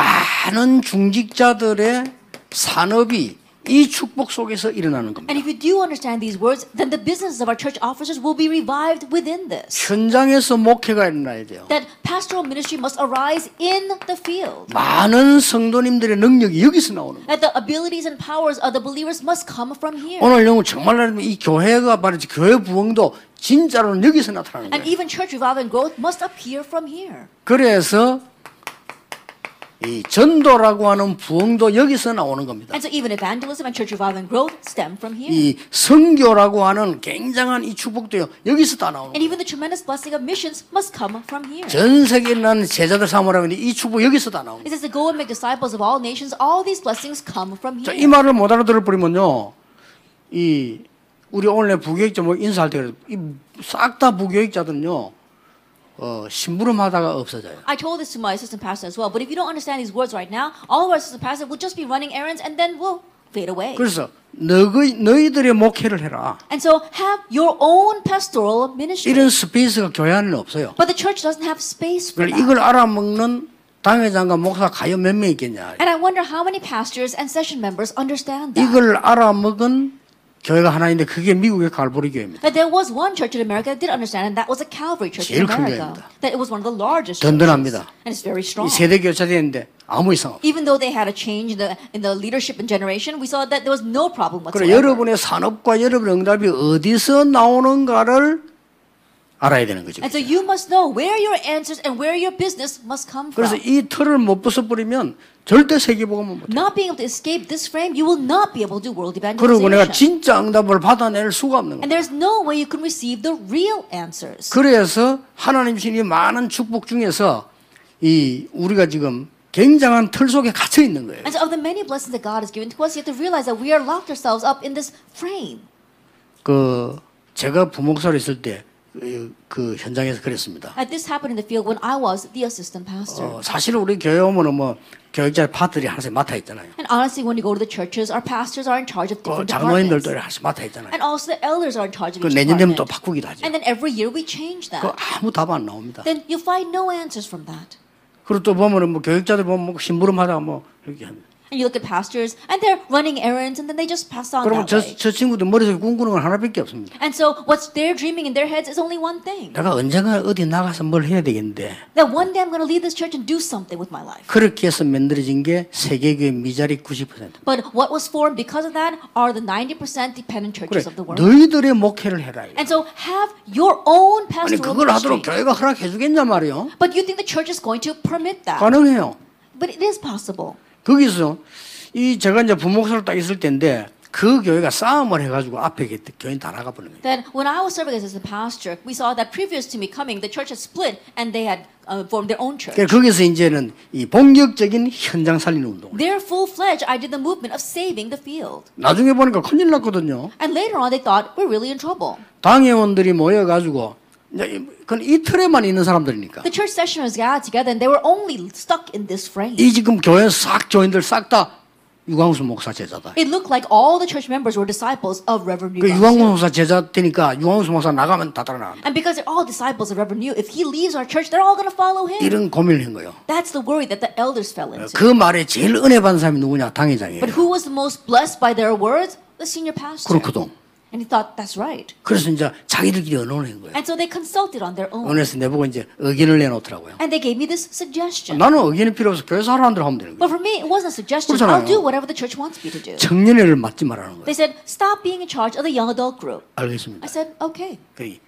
[SPEAKER 1] 많은 중직자들의 산업이 이 축복 속에서 일어나는 겁니다.
[SPEAKER 2] And if you do understand these words, then the businesses of our church officers will be revived within this.
[SPEAKER 1] 현장에서 목회가 일어나야 돼요.
[SPEAKER 2] That pastoral ministry must arise in the field.
[SPEAKER 1] 많은 성도님들의 능력이 여기서 나오는 거예요.
[SPEAKER 2] That the abilities and powers of the believers must come from here.
[SPEAKER 1] 오늘 영어 정말 아니면 이 교회가 말이지 교회 부흥도 진짜로는 여기서 나타나는
[SPEAKER 2] And
[SPEAKER 1] 거예요.
[SPEAKER 2] even church revival and growth must appear from here.
[SPEAKER 1] 그래서 이 전도라고 하는 부흥도 여기서 나오는 겁니다.
[SPEAKER 2] And so even evangelism and church revival and growth stem from here.
[SPEAKER 1] 이 성교라고 하는 굉장한 이 축복도요. 여기서 다 나오는
[SPEAKER 2] And
[SPEAKER 1] 거예요.
[SPEAKER 2] even the tremendous blessing of missions must come from here. It
[SPEAKER 1] 전 세계에 나는 제자들 삼으라고 했는데 이 축복 여기서 다 나오는 거예요.
[SPEAKER 2] says to go and make disciples of all nations. All these blessings come from
[SPEAKER 1] 자, 이
[SPEAKER 2] here.
[SPEAKER 1] 말을 못 알아들을 뿌리면요. 이 우리 오늘 부교육자 뭐 인사할 때싹 다 부교육자들은요. 어, 심부름하다가 없어져요.
[SPEAKER 2] I told this to my assistant pastor as well. But if you don't understand these words right now, all of our assistant pastors will just be running errands and then we'll fade away.
[SPEAKER 1] 그래서 너희 너희들의 목회를 해라.
[SPEAKER 2] And so have your own pastoral ministry.
[SPEAKER 1] 이런 스페이스가 교회 안에 없어요.
[SPEAKER 2] But the church doesn't have space for
[SPEAKER 1] 그러니까
[SPEAKER 2] that.
[SPEAKER 1] 이걸 알아먹는 당회장과 목사 과연 몇 명 있겠냐.
[SPEAKER 2] And I wonder how many pastors and session members understand that.
[SPEAKER 1] 이걸 알아먹은 교회가 하나인데 그게 미국의 갈보리 교회입니다.
[SPEAKER 2] That there was one church in America that did understand, and that was a Calvary church
[SPEAKER 1] 제일
[SPEAKER 2] in
[SPEAKER 1] 큰 교회입니다.
[SPEAKER 2] America. That it was one of the largest churches.
[SPEAKER 1] 든든합니다.
[SPEAKER 2] And it's very
[SPEAKER 1] 이
[SPEAKER 2] strong.
[SPEAKER 1] 세대 교차되는데 아무 이상 없어요.
[SPEAKER 2] even though they had a change in the, in the leadership and generation, we saw that there was no problem
[SPEAKER 1] 그래
[SPEAKER 2] whatsoever.
[SPEAKER 1] 여러분의 산업과 여러분의 응답이 어디서 나오는가를 알아야 되는 거죠.
[SPEAKER 2] And so you must know where your answers and where your business must come
[SPEAKER 1] 그래서
[SPEAKER 2] from.
[SPEAKER 1] 이 틀을 못 벗어버리면 절대 세계복음은 못해.
[SPEAKER 2] Not being able to escape this frame, you will not be able to do world
[SPEAKER 1] 그리고 내가
[SPEAKER 2] evangelization.
[SPEAKER 1] 진짜 응답을 받아낼 수가 없는 거예요.
[SPEAKER 2] And there's no way you can receive the real answers.
[SPEAKER 1] 그래서 하나님 신이 많은 축복 중에서 이 우리가 지금 굉장한 틀 속에 갇혀 있는 거예요.
[SPEAKER 2] And so, of the many blessings that God has given to us, you have to realize that we are locked ourselves up in this frame.
[SPEAKER 1] 그 제가 부목사로 있을 때 그 현장에서 그랬습니다.
[SPEAKER 2] And this happened in the field when I was the assistant pastor.
[SPEAKER 1] 어, 사실 우리 교회 오면은 뭐 교육자 파트들이 하나씩 맡아 있잖아요.
[SPEAKER 2] And honestly, when you go to the churches, our pastors are in charge of
[SPEAKER 1] 또 Oh.
[SPEAKER 2] different
[SPEAKER 1] 장로님들도 하나씩
[SPEAKER 2] departments.
[SPEAKER 1] 맡아 있잖아요.
[SPEAKER 2] And also, the elders are in charge of
[SPEAKER 1] 그
[SPEAKER 2] each
[SPEAKER 1] 내년 되면
[SPEAKER 2] department.
[SPEAKER 1] 또 바꾸기도 하죠.
[SPEAKER 2] And then every year we change
[SPEAKER 1] 그
[SPEAKER 2] that.
[SPEAKER 1] 아무 답 안 나옵니다.
[SPEAKER 2] Then you'll find no answers from that.
[SPEAKER 1] 그리고 또 보면은 뭐 교육자들 보면 뭐 심부름하다가 뭐 이렇게 합니다.
[SPEAKER 2] and you look at pastors, and they're running errands, and then they just pass on
[SPEAKER 1] 그러면
[SPEAKER 2] that
[SPEAKER 1] 저,
[SPEAKER 2] way.
[SPEAKER 1] 저 친구들 머릿속에 꿈꾸는 건 하나밖에 없습니다.
[SPEAKER 2] And so what's they're dreaming in their heads is only one thing.
[SPEAKER 1] 내가 언젠가 어디 나가서 뭘 해야 되겠는데
[SPEAKER 2] That one day I'm going to leave this church and do something with my life.
[SPEAKER 1] 그렇게 해서 만들어진 게 세계교회 미자리 90%
[SPEAKER 2] But what was formed because of that are the 90% dependent
[SPEAKER 1] 그래
[SPEAKER 2] churches of the world.
[SPEAKER 1] 너희들의 목회를 해라 이거.
[SPEAKER 2] And so have your own
[SPEAKER 1] 아니
[SPEAKER 2] pastoral
[SPEAKER 1] 그걸 하도록
[SPEAKER 2] ministry.
[SPEAKER 1] 교회가 허락해 주겠냐 말이요
[SPEAKER 2] But you think the church is going to permit
[SPEAKER 1] 아.
[SPEAKER 2] that?
[SPEAKER 1] 가능해요
[SPEAKER 2] But it is possible.
[SPEAKER 1] 거기서 이 제가 이제 부목사로 딱 있을 때인데 그 교회가 싸움을 해가지고 앞에 교회 다 나가 버리는 거예요
[SPEAKER 2] Then when I was serving as a pastor, we saw that previous to me coming, the church had split and they had uh, formed their own church.
[SPEAKER 1] 그러니까 거기서 이제는 이 본격적인 현장 살리는 운동을
[SPEAKER 2] They're full fledged. I did the movement of saving the field.
[SPEAKER 1] 나중에 보니까 큰일 났거든요
[SPEAKER 2] And later on, they thought we're really in trouble.
[SPEAKER 1] 당회원들이 모여가지고 이제 이- 그건 이틀에만 있는 사람들이니까
[SPEAKER 2] The church session was gathered together, and they were only stuck in this frame.
[SPEAKER 1] 이 지금 교회 싹 교인들 싹 다 유광수 목사 제자다
[SPEAKER 2] It looked like all the church members were disciples of Reverend New.
[SPEAKER 1] 그 유광수 목사 제자 되니까 유광수 목사 나가면 다 따라나
[SPEAKER 2] And because they're all disciples of Reverend New, if he leaves our church, they're all going to follow him.
[SPEAKER 1] 이런 고민을 한 거예요
[SPEAKER 2] That's the worry that the elders fell into.
[SPEAKER 1] 그 말에 제일 은혜 받은 사람이 누구냐 당회장이에요
[SPEAKER 2] But who was the most blessed by their words? The senior pastor.
[SPEAKER 1] 그렇거든
[SPEAKER 2] And he thought, that's right.
[SPEAKER 1] 그래서 이제 자기들끼리 언론을 한 거예요
[SPEAKER 2] And so they consulted on their own.
[SPEAKER 1] 언론에서 내보고 이제 의견을 내놓더라고요
[SPEAKER 2] And they gave me this suggestion.
[SPEAKER 1] 나는 의견이 필요 없어 교회에서 하라는 대로 하면 되는 거예요
[SPEAKER 2] But for me, it wasn't a suggestion.
[SPEAKER 1] 그렇잖아요.
[SPEAKER 2] I'll do whatever the church wants me to do.
[SPEAKER 1] 청년회를 맞지 말라는 거예요
[SPEAKER 2] They said, stop being in charge of the young adult group. I
[SPEAKER 1] 알겠습니다
[SPEAKER 2] said, okay.
[SPEAKER 1] 그래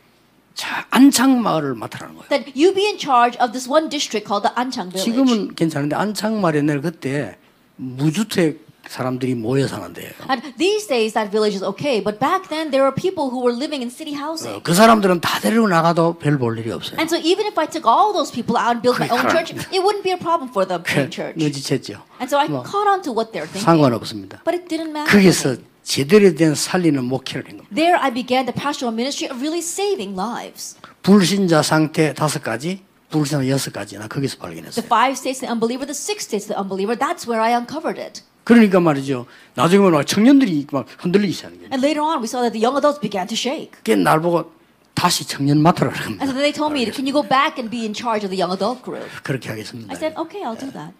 [SPEAKER 1] 자, 안창마을을 맡으라는 거예요
[SPEAKER 2] That you be in charge of this one district called the Anchang Village.
[SPEAKER 1] 지금은 괜찮은데 안창마을에 날 그때 무주택 사람들이 모여 사는데요
[SPEAKER 2] And these days, that village is okay. But back then, there were people who were living in city
[SPEAKER 1] 어,
[SPEAKER 2] housing.
[SPEAKER 1] 그 사람들은 다 데리고 나가도 별 볼 일이 없어요
[SPEAKER 2] And so even if I took all those people out and built my own church,
[SPEAKER 1] 그러니까.
[SPEAKER 2] it wouldn't be a problem for the
[SPEAKER 1] 그,
[SPEAKER 2] main church.
[SPEAKER 1] 눈치챘죠
[SPEAKER 2] And so I
[SPEAKER 1] 뭐,
[SPEAKER 2] caught on to what they're thinking.
[SPEAKER 1] 상관없습니다
[SPEAKER 2] But it didn't matter.
[SPEAKER 1] 거기서 제대로 된 살리는 목회를 한 겁니다
[SPEAKER 2] There I began the pastoral ministry of really saving lives.
[SPEAKER 1] 불신자 상태 다섯 가지, 불신자 여섯 가지 나 거기서
[SPEAKER 2] The
[SPEAKER 1] 발견했어요.
[SPEAKER 2] five states of the unbeliever, the six states of the unbeliever, that's where I uncovered it.
[SPEAKER 1] 그러니까 말이죠. 나중에 보면 청년들이 막 흔들리기 시작하는 거예요.
[SPEAKER 2] And later on, we saw that the young adults began to shake.
[SPEAKER 1] 그날 보고 다시 청년 맡으라고
[SPEAKER 2] And so
[SPEAKER 1] 합니다.
[SPEAKER 2] they told me, can you go back and be in charge of the young adult group?
[SPEAKER 1] 그렇게
[SPEAKER 2] I
[SPEAKER 1] 하겠습니다.
[SPEAKER 2] said, okay, I'll do that.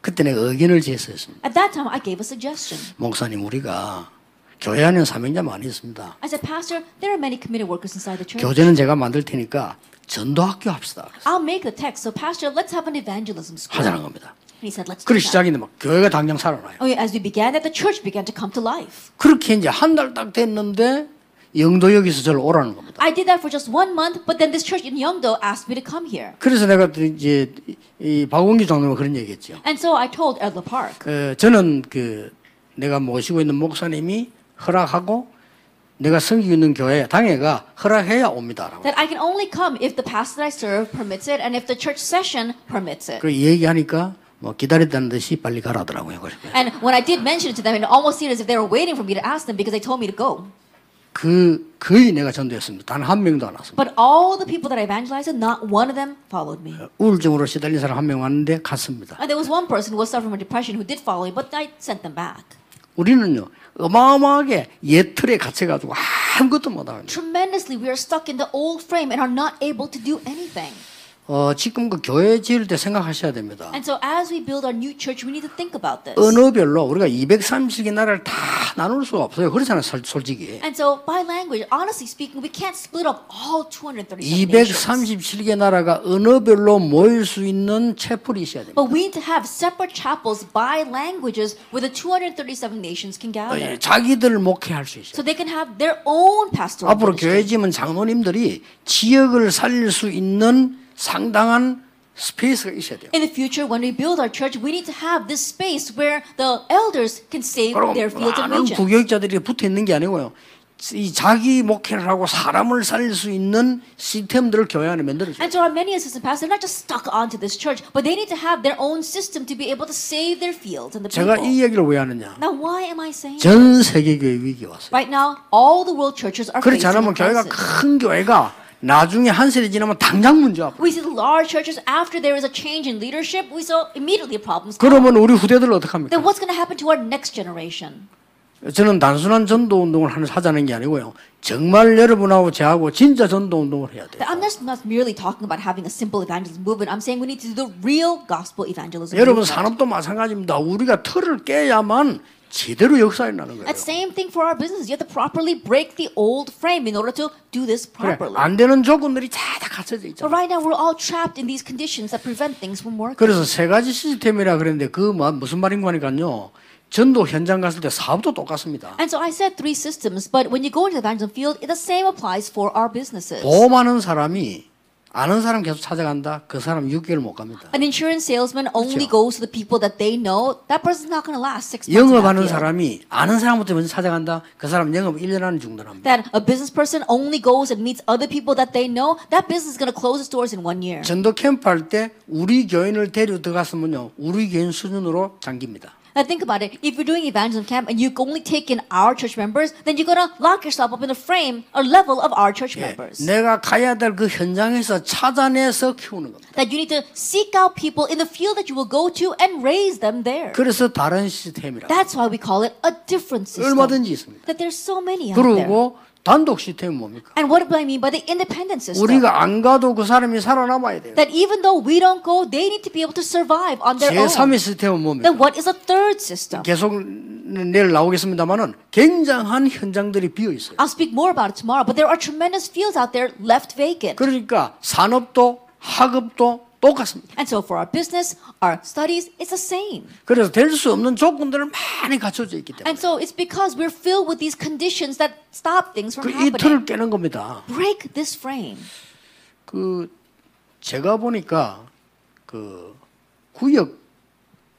[SPEAKER 1] 그때 내가 의견을 제시했습니다.
[SPEAKER 2] At that time, I gave a suggestion.
[SPEAKER 1] 목사님 우리가 교회 안에는 사명자 많이 있습니다.
[SPEAKER 2] I said, Pastor, there are many committed workers inside the church.
[SPEAKER 1] 교재는 제가 만들 테니까 전도학교 합시다.
[SPEAKER 2] I'll make the text. So, Pastor, let's have an evangelism school.
[SPEAKER 1] 하자는
[SPEAKER 2] And
[SPEAKER 1] 겁니다.
[SPEAKER 2] he said, let's do
[SPEAKER 1] 그래
[SPEAKER 2] that.
[SPEAKER 1] 시작인데 막 교회가 당장 살아나요.
[SPEAKER 2] Oh, yeah, As we began that, the church began to come to life.
[SPEAKER 1] 그렇게 이제 한 달 딱 됐는데 영도역에서 저를 오라는 겁니다.
[SPEAKER 2] I did that for just one month, but then this church in Yeongdo asked me to come here.
[SPEAKER 1] 그래서 내가 이제 이- 이 박원기 장로가 그런 얘기했죠.
[SPEAKER 2] And so I told Edla Park.
[SPEAKER 1] 어, 저는 그 내가 모시고 있는 목사님이 허락하고 내가 섬기고 있는 교회 당회가 허락해야 옵니다라고.
[SPEAKER 2] that I can only come if the pastor that I serve permits it and if the church session permits it.
[SPEAKER 1] 그 얘기하니까 뭐 기다렸다는 듯이 빨리 가라더라고요. 그래서
[SPEAKER 2] And when I did mention it to them, it almost seemed as if they were waiting for me to ask them because they told me to go.
[SPEAKER 1] 그 거의 내가 전도했습니다. 단 한 명도 안 왔습니다.
[SPEAKER 2] But all the people that I evangelized, not one of them followed me.
[SPEAKER 1] 우울증으로 시달린 사람 한 명 왔는데 갔습니다.
[SPEAKER 2] And there was one person who was suffering from depression who did follow me, but I sent them back.
[SPEAKER 1] 우리는요 어마어마하게 옛 틀에 갇혀가지고 아무것도 못합니다.
[SPEAKER 2] Tremendously, we are stuck in the old frame and are not able to do anything.
[SPEAKER 1] 어, 지금 그 교회 지을 때 생각하셔야 됩니다.
[SPEAKER 2] And so, as we build our new church, we need to think about this.
[SPEAKER 1] 언어별로 우리가 230개 나라를 다 나눌 수가 없어요. 그렇잖아요, 솔- 솔직히.
[SPEAKER 2] And so, by language, honestly speaking, we can't split up all 237 nations.
[SPEAKER 1] 237개 나라가 언어별로 모일 수 있는 채플이 있어야 됩니다.
[SPEAKER 2] But we need to have separate chapels by languages where the 237 nations can gather.
[SPEAKER 1] 예, 자기들 목회할 수 있어요.
[SPEAKER 2] So they can have their own pastoral
[SPEAKER 1] 앞으로 교회 지은
[SPEAKER 2] ministry.
[SPEAKER 1] 장로님들이 지역을 살릴 수 있는 상당한 스페이스가 있어야 돼요.
[SPEAKER 2] In the future, when we build our church, we need to have this space where the elders can save
[SPEAKER 1] 그리고
[SPEAKER 2] their fields and
[SPEAKER 1] 많은
[SPEAKER 2] regions.
[SPEAKER 1] 부교육자들이 붙어 있는 게 아니고요. 이 자기 목회를 하고 사람을 살릴 수 있는 시스템들을 교회 안에 만들어줘요.
[SPEAKER 2] And so our many assistant pastors, they're not just stuck onto this church, but they need to have their own system to be able to save their fields and the
[SPEAKER 1] 제가
[SPEAKER 2] people.
[SPEAKER 1] 이 얘기를 왜 하느냐.
[SPEAKER 2] Now, why am I saying?
[SPEAKER 1] 전 세계 교회 위기 왔어요.
[SPEAKER 2] Right now, all the world churches are
[SPEAKER 1] 그렇지
[SPEAKER 2] facing
[SPEAKER 1] 않으면
[SPEAKER 2] a
[SPEAKER 1] 교회가
[SPEAKER 2] crisis.
[SPEAKER 1] 큰 교회가 나중에 한 세대 지나면 당장 문제 앞.
[SPEAKER 2] We see the large churches after there is a change in leadership, we saw immediately problems.
[SPEAKER 1] 그러면 우리 후대들 어떡합니까?
[SPEAKER 2] Then what's going to happen to our next generation?
[SPEAKER 1] 저는 단순한 전도 운동을 하는 하자는 게 아니고요. 정말 여러분하고 저하고 진짜 전도 운동을 해야 돼요.
[SPEAKER 2] That I'm just not merely talking about having a simple evangelism movement. I'm saying we need to do the real gospel evangelism.
[SPEAKER 1] 네, 여러분
[SPEAKER 2] movement.
[SPEAKER 1] 산업도 마찬가지입니다. 우리가 틀을 깨야만 제대로 역사에 나는 거예요.
[SPEAKER 2] That's same thing for our business. You have to properly break the old frame in order to do this
[SPEAKER 1] 그래,
[SPEAKER 2] properly.
[SPEAKER 1] 안 되는 조건들이 다 다 갖춰져
[SPEAKER 2] But
[SPEAKER 1] 있잖아.
[SPEAKER 2] right now we're all trapped in these conditions that prevent things from working.
[SPEAKER 1] 그래서 세 가지 시스템이라 그랬는데 그 뭐- 무슨 말인가 하니까요. 전도 현장 갔을 때 사업도 똑같습니다.
[SPEAKER 2] And so I said three systems, but when you go into the evangelism field, the same applies for our businesses.
[SPEAKER 1] 보험하는 사람이 아는 사람 계속 찾아간다. 그 사람 6개월 못 갑니다.
[SPEAKER 2] An insurance salesman only
[SPEAKER 1] 그렇죠.
[SPEAKER 2] goes to the people that they know. That person's not going to last six months. in that
[SPEAKER 1] 영업하는
[SPEAKER 2] field.
[SPEAKER 1] 사람이 아는 사람부터 먼저 찾아간다. 그 사람 영업 1년 안에 중단합니다.
[SPEAKER 2] That a business person only goes and meets other people that they know. That business is going to close its doors in one year.
[SPEAKER 1] 전도 캠프 할 때 우리 교인을 데리고 들어갔으면요. 우리 교인 수준으로 잠깁니다.
[SPEAKER 2] Now think about it. If you're doing evangelism camp and you only take in our church members, then you're gonna lock yourself up in the frame or level of our church
[SPEAKER 1] 예,
[SPEAKER 2] members.
[SPEAKER 1] 내가 가야 될 그 현장에서 찾아내서 키우는 겁니다.
[SPEAKER 2] That you need to seek out people in the field that you will go to and raise them there.
[SPEAKER 1] 그래서 다른 시스템이라.
[SPEAKER 2] That's why we call it a different system.
[SPEAKER 1] 얼마든지 있습니다.
[SPEAKER 2] That there's so many out there.
[SPEAKER 1] 그리고 단독 시스템은 뭡니까?
[SPEAKER 2] And what do I mean by the independent system?
[SPEAKER 1] 우리가 안 가도 그 사람이 살아남아야 돼요.
[SPEAKER 2] That even though we don't go, they need to be able to survive on their own.
[SPEAKER 1] 제3의 시스템은 뭡니까?
[SPEAKER 2] Then what is a third system?
[SPEAKER 1] 계속 내일 나오겠습니다만은 굉장한 현장들이 비어 있어요.
[SPEAKER 2] I'll speak more about it tomorrow, but there are tremendous fields out there left vacant.
[SPEAKER 1] 그러니까 산업도 학업도 똑같습니다.
[SPEAKER 2] And so for our business, our studies, it's the same.
[SPEAKER 1] 그래서 될 수 없는 조건들을 많이 갖춰져 있기 때문에
[SPEAKER 2] And so it's because we're filled with these conditions that stop things from
[SPEAKER 1] 그 이 틀을
[SPEAKER 2] happening.
[SPEAKER 1] 깨는 겁니다.
[SPEAKER 2] Break this frame.
[SPEAKER 1] 그 제가 보니까 그 구역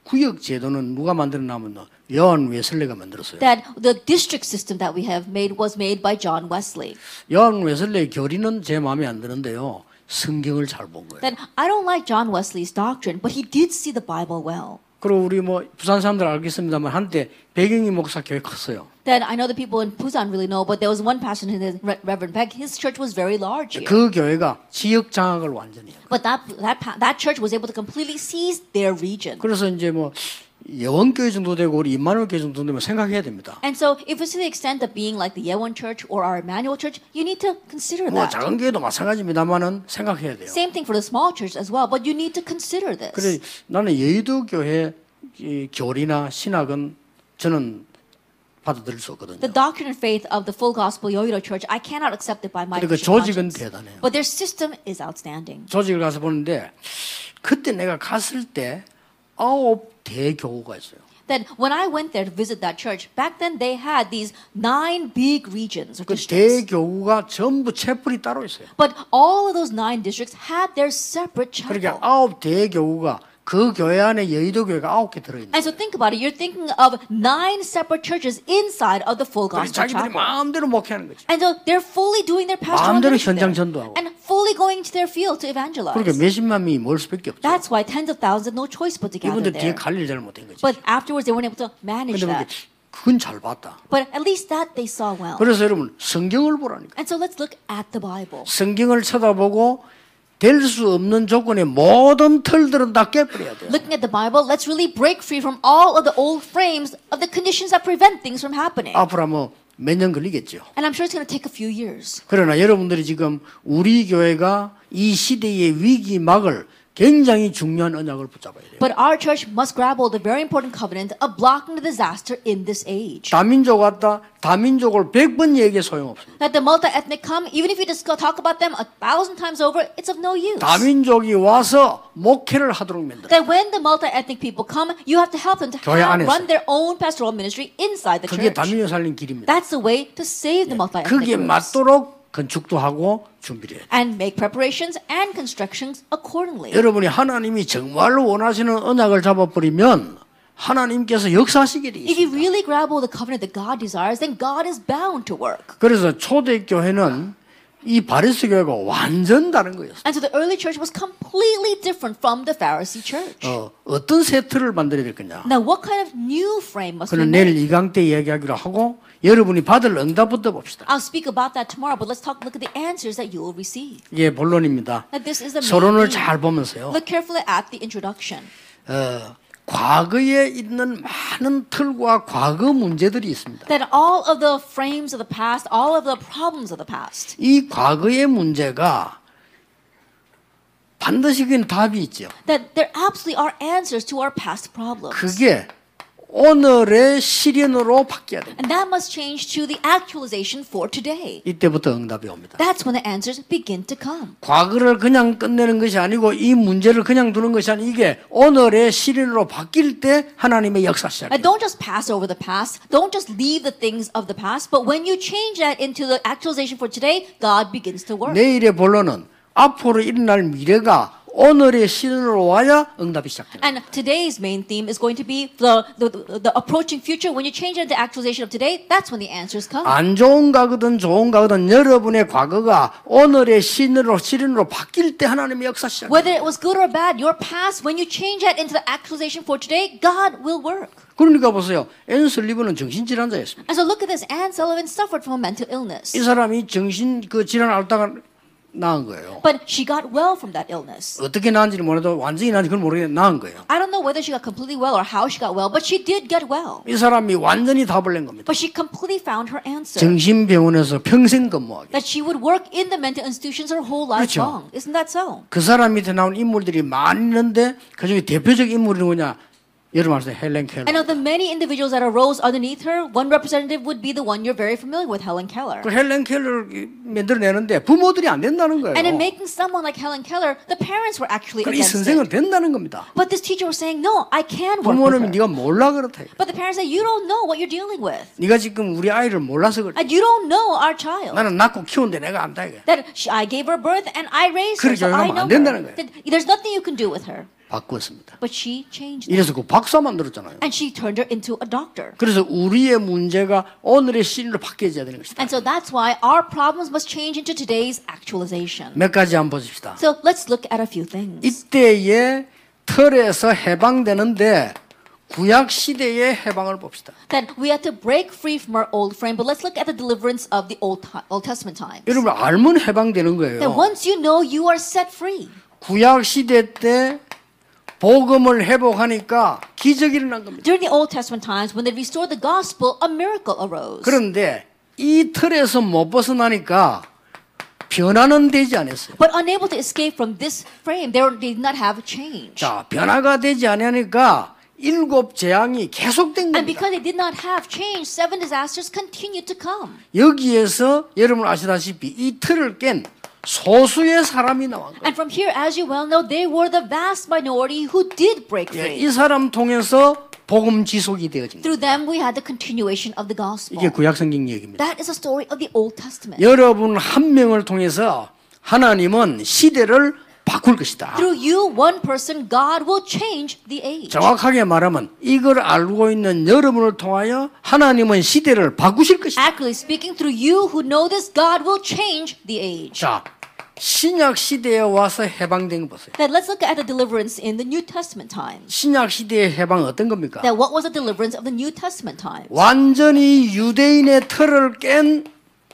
[SPEAKER 1] 구역 제도는 누가 만들어놨냐면 여한 웨슬레가 만들었어요.
[SPEAKER 2] That the district system that we have made was made by John Wesley.
[SPEAKER 1] 여한 웨슬레의 교리는 제 마음에 안 드는데요. 성경을 잘 본 거예요.
[SPEAKER 2] That I don't like John Wesley's doctrine, but he did see the Bible well.
[SPEAKER 1] 그리고 우리 뭐 부산 사람들 알겠습니다만 한때 배경이 목사 교회 컸어요.
[SPEAKER 2] That I know the people in Busan really know, but there was one pastor in his Re- Reverend Peck. His church was very large. Here.
[SPEAKER 1] 그 교회가 지역 장악을 완전히 해요.
[SPEAKER 2] But that that pa- that church was able to completely seize their region.
[SPEAKER 1] 그래서 이제 뭐 여원교회 정도 되고 우리 임마누엘 교회 정도 되면 생각해야 됩니다.
[SPEAKER 2] And so, if it's to the extent of being like the Yewon Church or our Emmanuel Church, you need to consider
[SPEAKER 1] 뭐
[SPEAKER 2] that.
[SPEAKER 1] 작은 교회도 마찬가지입니다만은 생각해야 돼요.
[SPEAKER 2] Same thing for the small church as well, but you need to consider this.
[SPEAKER 1] 그래 나는 여의도 교회 이 교리나 신학은 저는 받아들일 수 없거든요.
[SPEAKER 2] The doctrine and faith of the full gospel Yoido Church, I cannot accept it by my
[SPEAKER 1] 그리고
[SPEAKER 2] Christian
[SPEAKER 1] 조직은
[SPEAKER 2] conscience.
[SPEAKER 1] 대단해요.
[SPEAKER 2] But their system is outstanding.
[SPEAKER 1] 조직을 가서 보는데 그때 내가 갔을 때 아홉 대교구가 있어요. 그
[SPEAKER 2] Then, when I went there to visit that church, back then they had these nine big regions or
[SPEAKER 1] 그
[SPEAKER 2] districts.
[SPEAKER 1] 대교구가 전부 채플이 따로 있어요.
[SPEAKER 2] But all of those nine districts had their separate
[SPEAKER 1] 그러니까
[SPEAKER 2] chapel.
[SPEAKER 1] 아홉 대교구가 그 교회 안에 여의도 교회가 아홉 개 들어있는
[SPEAKER 2] And so think about it. You're thinking of nine separate churches inside of the full
[SPEAKER 1] 그래서
[SPEAKER 2] gospel
[SPEAKER 1] 자기들이
[SPEAKER 2] chapel.
[SPEAKER 1] 마음대로 목회하는 거지.
[SPEAKER 2] And so they're fully doing their pastoral
[SPEAKER 1] 마음대로
[SPEAKER 2] ministry
[SPEAKER 1] 현장
[SPEAKER 2] there.
[SPEAKER 1] 전도하고.
[SPEAKER 2] and fully going to their field to evangelize.
[SPEAKER 1] 그러니까 몇십만 명이 몰 수밖에 없죠.
[SPEAKER 2] That's why tens of thousands, no choice but to gather
[SPEAKER 1] 이분들 뒤에
[SPEAKER 2] there.
[SPEAKER 1] 관리를 잘 못한 거지.
[SPEAKER 2] But afterwards, they weren't able to manage
[SPEAKER 1] 근데 뭐 이렇게
[SPEAKER 2] that.
[SPEAKER 1] 그건 잘 봤다.
[SPEAKER 2] But at least that they saw well.
[SPEAKER 1] 그래서 여러분 성경을 보라니까.
[SPEAKER 2] And so let's look at the Bible.
[SPEAKER 1] 성경을 쳐다보고 될 수 없는 조건의 모든 틀들은 다 깨버려야 돼요.
[SPEAKER 2] Looking at the Bible, let's really break free from all of the old frames of the conditions that prevent things from happening.
[SPEAKER 1] 앞으로 아마 몇년 걸리겠죠.
[SPEAKER 2] And I'm sure it's going to take a few years.
[SPEAKER 1] 그러나 여러분들이 지금 우리 교회가 이 시대의 위기 막을 굉장히 중요한 언약을 붙잡아야 돼요.
[SPEAKER 2] But our church must grab hold of the very important covenant of blocking the disaster in this age.
[SPEAKER 1] 다민족 왔다. 다민족을 100번 얘기해 소용없습니다.
[SPEAKER 2] That the multi-ethnic come, even if you just go talk about them a thousand times over, it's of no use.
[SPEAKER 1] 다민족이 와서 목회를 하도록 만들어.
[SPEAKER 2] That when the multi-ethnic people come, you have to help them to
[SPEAKER 1] 교회
[SPEAKER 2] have,
[SPEAKER 1] 안에서.
[SPEAKER 2] run their own pastoral ministry inside the
[SPEAKER 1] 그게
[SPEAKER 2] church.
[SPEAKER 1] 다민족 살린 길입니다.
[SPEAKER 2] That's the way to save the multi-ethnic
[SPEAKER 1] 그렇죠. 네, 그게
[SPEAKER 2] groups.
[SPEAKER 1] 맞도록 건축도 하고 준비를 해요.
[SPEAKER 2] and make preparations and constructions accordingly.
[SPEAKER 1] 여러분이 하나님이 정말로 원하시는 언약을 잡아버리면 하나님께서 역사하시게 돼
[SPEAKER 2] If
[SPEAKER 1] 있습니다.
[SPEAKER 2] you really grab all the covenant that God desires, then God is bound to work.
[SPEAKER 1] 그래서 초대교회는 이 바리스 교회가 완전 다른 거였어요.
[SPEAKER 2] And so the early church was completely different from the Pharisee church.
[SPEAKER 1] 어, 어떤 세트를 만들어야 될 거냐.
[SPEAKER 2] Now, what kind of new frame must we
[SPEAKER 1] 그는 내일
[SPEAKER 2] make?
[SPEAKER 1] 이강 때 이야기하기로 하고 여러분이 받을 응답부터 봅시다.
[SPEAKER 2] I'll speak about that tomorrow, but let's talk. Look at the answers that you will receive.
[SPEAKER 1] 이게 본론입니다.
[SPEAKER 2] That this is the main
[SPEAKER 1] 서론을
[SPEAKER 2] theme.
[SPEAKER 1] 잘 보면서요.
[SPEAKER 2] Look carefully at the introduction.
[SPEAKER 1] 어, 과거에 있는 많은 틀과 과거 문제들이 있습니다.
[SPEAKER 2] that all of the frames of the past, all of the problems of the past,
[SPEAKER 1] 이 과거의 문제가 반드시 그 답이 있죠.
[SPEAKER 2] that there absolutely are answers to our past problems.
[SPEAKER 1] 그게 오늘의 실현으로 바뀌어야 됩니다.
[SPEAKER 2] And that must change to the actualization for today.
[SPEAKER 1] 이때부터 응답이 옵니다.
[SPEAKER 2] That's when the answers begin to come.
[SPEAKER 1] 과거를 그냥 끝내는 것이 아니고 이 문제를 그냥 두는 것이 아니 이게 오늘의 실현으로 바뀔 때 하나님의 역사
[SPEAKER 2] And
[SPEAKER 1] 시작입니다.
[SPEAKER 2] don't just pass over the past. Don't just leave the things of the past. But when you change that into the actualization for today, God begins to work.
[SPEAKER 1] 내일의 본론은 앞으로 일어날 미래가 오늘의 실현으로 와야 응답이 시작됩니다.
[SPEAKER 2] And today's main theme is going to be the, the, the, the approaching future. When you change it to actualization of today, that's when the answers come.
[SPEAKER 1] 안 좋은 가거든 좋은 가거든 여러분의 과거가 오늘의 신으로 실현으로 바뀔 때 하나님의 역사 시작.
[SPEAKER 2] Whether it was good or bad, your past, when you change that into the actualization for today, God will work.
[SPEAKER 1] 그러니까 보세요. 앤 슬리브는 정신질환자였습니다.
[SPEAKER 2] And so look at this. Anne Sullivan suffered from a mental illness,
[SPEAKER 1] 이 사람이 정신 그 질환 앓다가 나은 거예요.
[SPEAKER 2] but she got well from that illness.
[SPEAKER 1] 어떻게 나은지는 몰라도 완전히 나은지 그건 모르겠는데 나은 거예요.
[SPEAKER 2] I don't know whether she got completely well or how she got well, but she did get well.
[SPEAKER 1] 이 사람이 완전히 답을 낸 겁니다.
[SPEAKER 2] But she completely found her answer
[SPEAKER 1] 정신병원에서 평생 근무하기.
[SPEAKER 2] that she would work in the mental institutions her whole life
[SPEAKER 1] 그렇죠.
[SPEAKER 2] long. Isn't that so?
[SPEAKER 1] 그 사람 밑에 나온 인물들이 많이 있는데 그중에 대표적 인물이 누구냐? 여러분 아세요? 헬렌 켈러.
[SPEAKER 2] And of the many individuals that arose underneath her, one representative would be the one you're very familiar with, Helen Keller.
[SPEAKER 1] 그 헬렌 켈러를 만들어내는데 부모들이 안 된다는 거예요.
[SPEAKER 2] And in making someone like Helen Keller, the parents were actually
[SPEAKER 1] 그이
[SPEAKER 2] against it.
[SPEAKER 1] 선생은 된다는 겁니다.
[SPEAKER 2] But this teacher was saying, no, I can work with
[SPEAKER 1] 부모는
[SPEAKER 2] her.
[SPEAKER 1] 네가 몰라 그렇다.
[SPEAKER 2] But the parents said, you don't know what you're dealing with.
[SPEAKER 1] 네가 지금 우리 아이를 몰라서 그래.
[SPEAKER 2] And you don't know our child.
[SPEAKER 1] 나는 낳고 키운데 내가 안다 이거.
[SPEAKER 2] That she, I gave her birth and I raised her,
[SPEAKER 1] 그렇게
[SPEAKER 2] so I
[SPEAKER 1] 하면 안
[SPEAKER 2] know
[SPEAKER 1] 된다는
[SPEAKER 2] her.
[SPEAKER 1] 거예요.
[SPEAKER 2] That there's nothing you can do with her.
[SPEAKER 1] 바꿨습니다.
[SPEAKER 2] But she changed it.
[SPEAKER 1] 이래서 그 박사 만들었잖아요.
[SPEAKER 2] And she turned her into a doctor.
[SPEAKER 1] 그래서 우리의 문제가 오늘의 신으로 바뀌어야 되는 것이다.
[SPEAKER 2] And so that's why our problems must change into today's actualization.
[SPEAKER 1] 몇 가지 한번 보십시다.
[SPEAKER 2] So let's look at a few things.
[SPEAKER 1] 이때의 틀에서 해방되는데 구약 시대의 해방을 봅시다.
[SPEAKER 2] That we have to break free from our old frame, but let's look at the deliverance of the Old, ti- Old Testament times.
[SPEAKER 1] 여러분 알면 해방되는
[SPEAKER 2] That
[SPEAKER 1] 거예요.
[SPEAKER 2] once you know, you are set free.
[SPEAKER 1] 구약 시대 때 복음을 회복하니까 기적이 일어난 겁니다.
[SPEAKER 2] During the Old Testament times, when they restored the gospel, a miracle arose.
[SPEAKER 1] 그런데 이 틀에서 못 벗어나니까 변화는 되지 않았어요.
[SPEAKER 2] But unable to escape from this frame, they, were, they did not have change.
[SPEAKER 1] 자, 변화가 되지 않으니까 일곱 재앙이 계속된
[SPEAKER 2] And
[SPEAKER 1] 겁니다.
[SPEAKER 2] because they did not have change, seven disasters continued to come.
[SPEAKER 1] 여기에서 여러분 아시다시피 이 틀을 깬 소수의 사람이 나온 거예요.
[SPEAKER 2] And from here, as you well know, they were the vast minority who did break
[SPEAKER 1] 예,
[SPEAKER 2] free.
[SPEAKER 1] 이 사람 통해서 복음 지속이 되어집니다.
[SPEAKER 2] Through them, we had the continuation of the gospel.
[SPEAKER 1] 이게 구약 성경 얘기입니다.
[SPEAKER 2] That is a story of the Old Testament.
[SPEAKER 1] 여러분 한 명을 통해서 하나님은 시대를 바꿀 것이다.
[SPEAKER 2] Through you, one person, God will change the age.
[SPEAKER 1] 정확하게 말하면 이걸 알고 있는 여러분을 통하여 하나님은 시대를 바꾸실 것이다.
[SPEAKER 2] Accurately speaking, through you who know this, God will change the age.
[SPEAKER 1] 자, 신약 시대에 와서 해방된 거 보세요.
[SPEAKER 2] Then let's look at the deliverance in the New Testament times.
[SPEAKER 1] 신약 시대의 해방 어떤 겁니까?
[SPEAKER 2] Now, what was the deliverance of the New Testament times?
[SPEAKER 1] 완전히 유대인의 틀을 깬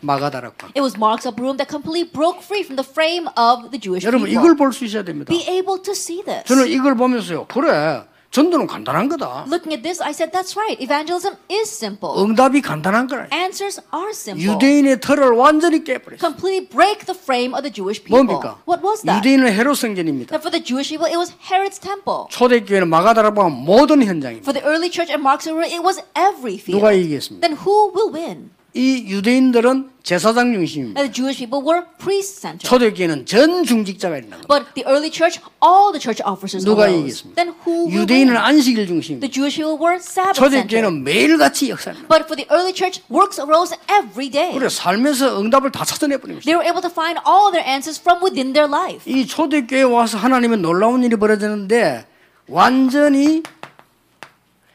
[SPEAKER 1] 마가다락방.
[SPEAKER 2] It was Mark's uproom that completely broke free from the frame of the Jewish
[SPEAKER 1] 여러분
[SPEAKER 2] people.
[SPEAKER 1] 이걸 볼 수 있어야 됩니다.
[SPEAKER 2] Be able to see this.
[SPEAKER 1] 저는 이걸 보면서요. 그래. 전도는 간단한 거다.
[SPEAKER 2] Looking at this, I said, that's right. Evangelism is simple.
[SPEAKER 1] 응답이 간단한 거라.
[SPEAKER 2] Answers are simple.
[SPEAKER 1] 유대인의 틀을 완전히 깨버렸어.
[SPEAKER 2] Completely break the frame of the Jewish people.
[SPEAKER 1] 뭡니까?
[SPEAKER 2] 그 What was that?
[SPEAKER 1] 유대인은 헤롯 성전입니다.
[SPEAKER 2] That for the Jewish people, it was Herod's temple.
[SPEAKER 1] 초대교회는 마가다라방 모든 현장입니다.
[SPEAKER 2] For the early church and Mark's uproom, it was every field.
[SPEAKER 1] 누가 이기겠습니까?
[SPEAKER 2] Then who will win?
[SPEAKER 1] 이 유대인들은 제사장 중심입니다.
[SPEAKER 2] And the Jewish people were priest-centered.
[SPEAKER 1] 초대교회는 전 중직자가 있는 겁니다.
[SPEAKER 2] But the early church, all the church officers
[SPEAKER 1] 누가
[SPEAKER 2] arose.
[SPEAKER 1] 이기겠습니까?
[SPEAKER 2] Then who will
[SPEAKER 1] 유대인은
[SPEAKER 2] win?
[SPEAKER 1] 안식일
[SPEAKER 2] The
[SPEAKER 1] 중심입니다.
[SPEAKER 2] Jewish people were Sabbath-centered.
[SPEAKER 1] 초대교회는 매일같이 역사입니다.
[SPEAKER 2] But for the early church, works arose every day.
[SPEAKER 1] 그래 삶에서 응답을 다 찾아내버립니다.
[SPEAKER 2] They were able to find all their answers from within their life.
[SPEAKER 1] 이 초대교회에 와서 하나님의 놀라운 일이 벌어지는데 완전히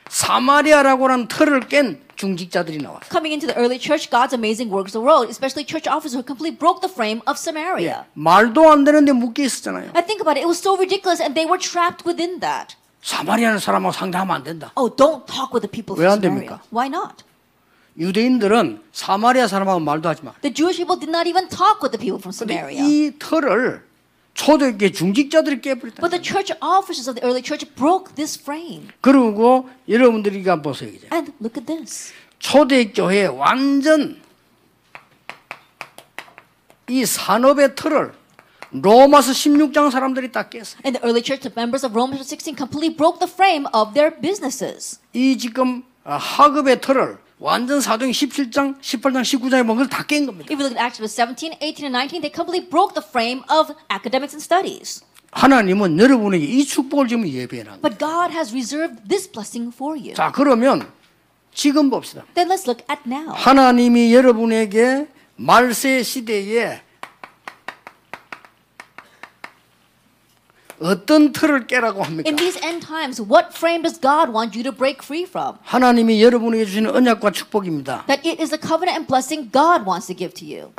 [SPEAKER 1] 사마리아라고 하는 틀을 깬 중직자들이 나왔어요.
[SPEAKER 2] Coming into the early church, God's amazing works arose, especially church officers who completely broke the frame of Samaria.
[SPEAKER 1] 말도 안 되는데 묶여 있었잖아요.
[SPEAKER 2] I think about it, it was so ridiculous, and they were trapped within that.
[SPEAKER 1] 사마리아는 사람하고 상대하면 안 된다.
[SPEAKER 2] Oh, don't talk with the people
[SPEAKER 1] 왜안
[SPEAKER 2] from Samaria.
[SPEAKER 1] 됩니까?
[SPEAKER 2] Why not?
[SPEAKER 1] 유대인들은 사마리아 사람하고 말도 하지 마.
[SPEAKER 2] The Jewish people did not even talk with the people from
[SPEAKER 1] 근데
[SPEAKER 2] Samaria.
[SPEAKER 1] 이 틀을 초대교회 중직자들이 깨버렸다.
[SPEAKER 2] But the church officers of the early church broke this frame.
[SPEAKER 1] 그리고 여러분들이 이거 한번 보세요. 이제.
[SPEAKER 2] And look at this.
[SPEAKER 1] 초대교회 완전 이 산업의 틀을 로마서 16장 사람들이 다 깼어요.
[SPEAKER 2] In the early church, the members of Romans 16 completely broke the frame of their businesses.
[SPEAKER 1] 이 지금 아, 학업의 틀을 완전 사도행 17장, 18장, 19장에 보면 그걸 다 깬 겁니다.
[SPEAKER 2] If you look at Acts 17, 18, and 19, they completely broke the frame of academics and studies.
[SPEAKER 1] 하나님은 여러분에게 이 축복을 지금 예배해 놨
[SPEAKER 2] But God has reserved this blessing for you.
[SPEAKER 1] 자, 그러면 지금 봅시다.
[SPEAKER 2] Then let's look at now.
[SPEAKER 1] 하나님이 여러분에게 말세 시대에 어떤 틀을 깨라고 합니까?
[SPEAKER 2] In these end times, what frame does God want you to break free from?
[SPEAKER 1] 하나님이 여러분에게 주시는 언약과 축복입니다.
[SPEAKER 2] That it is the covenant and blessing God wants to give to you.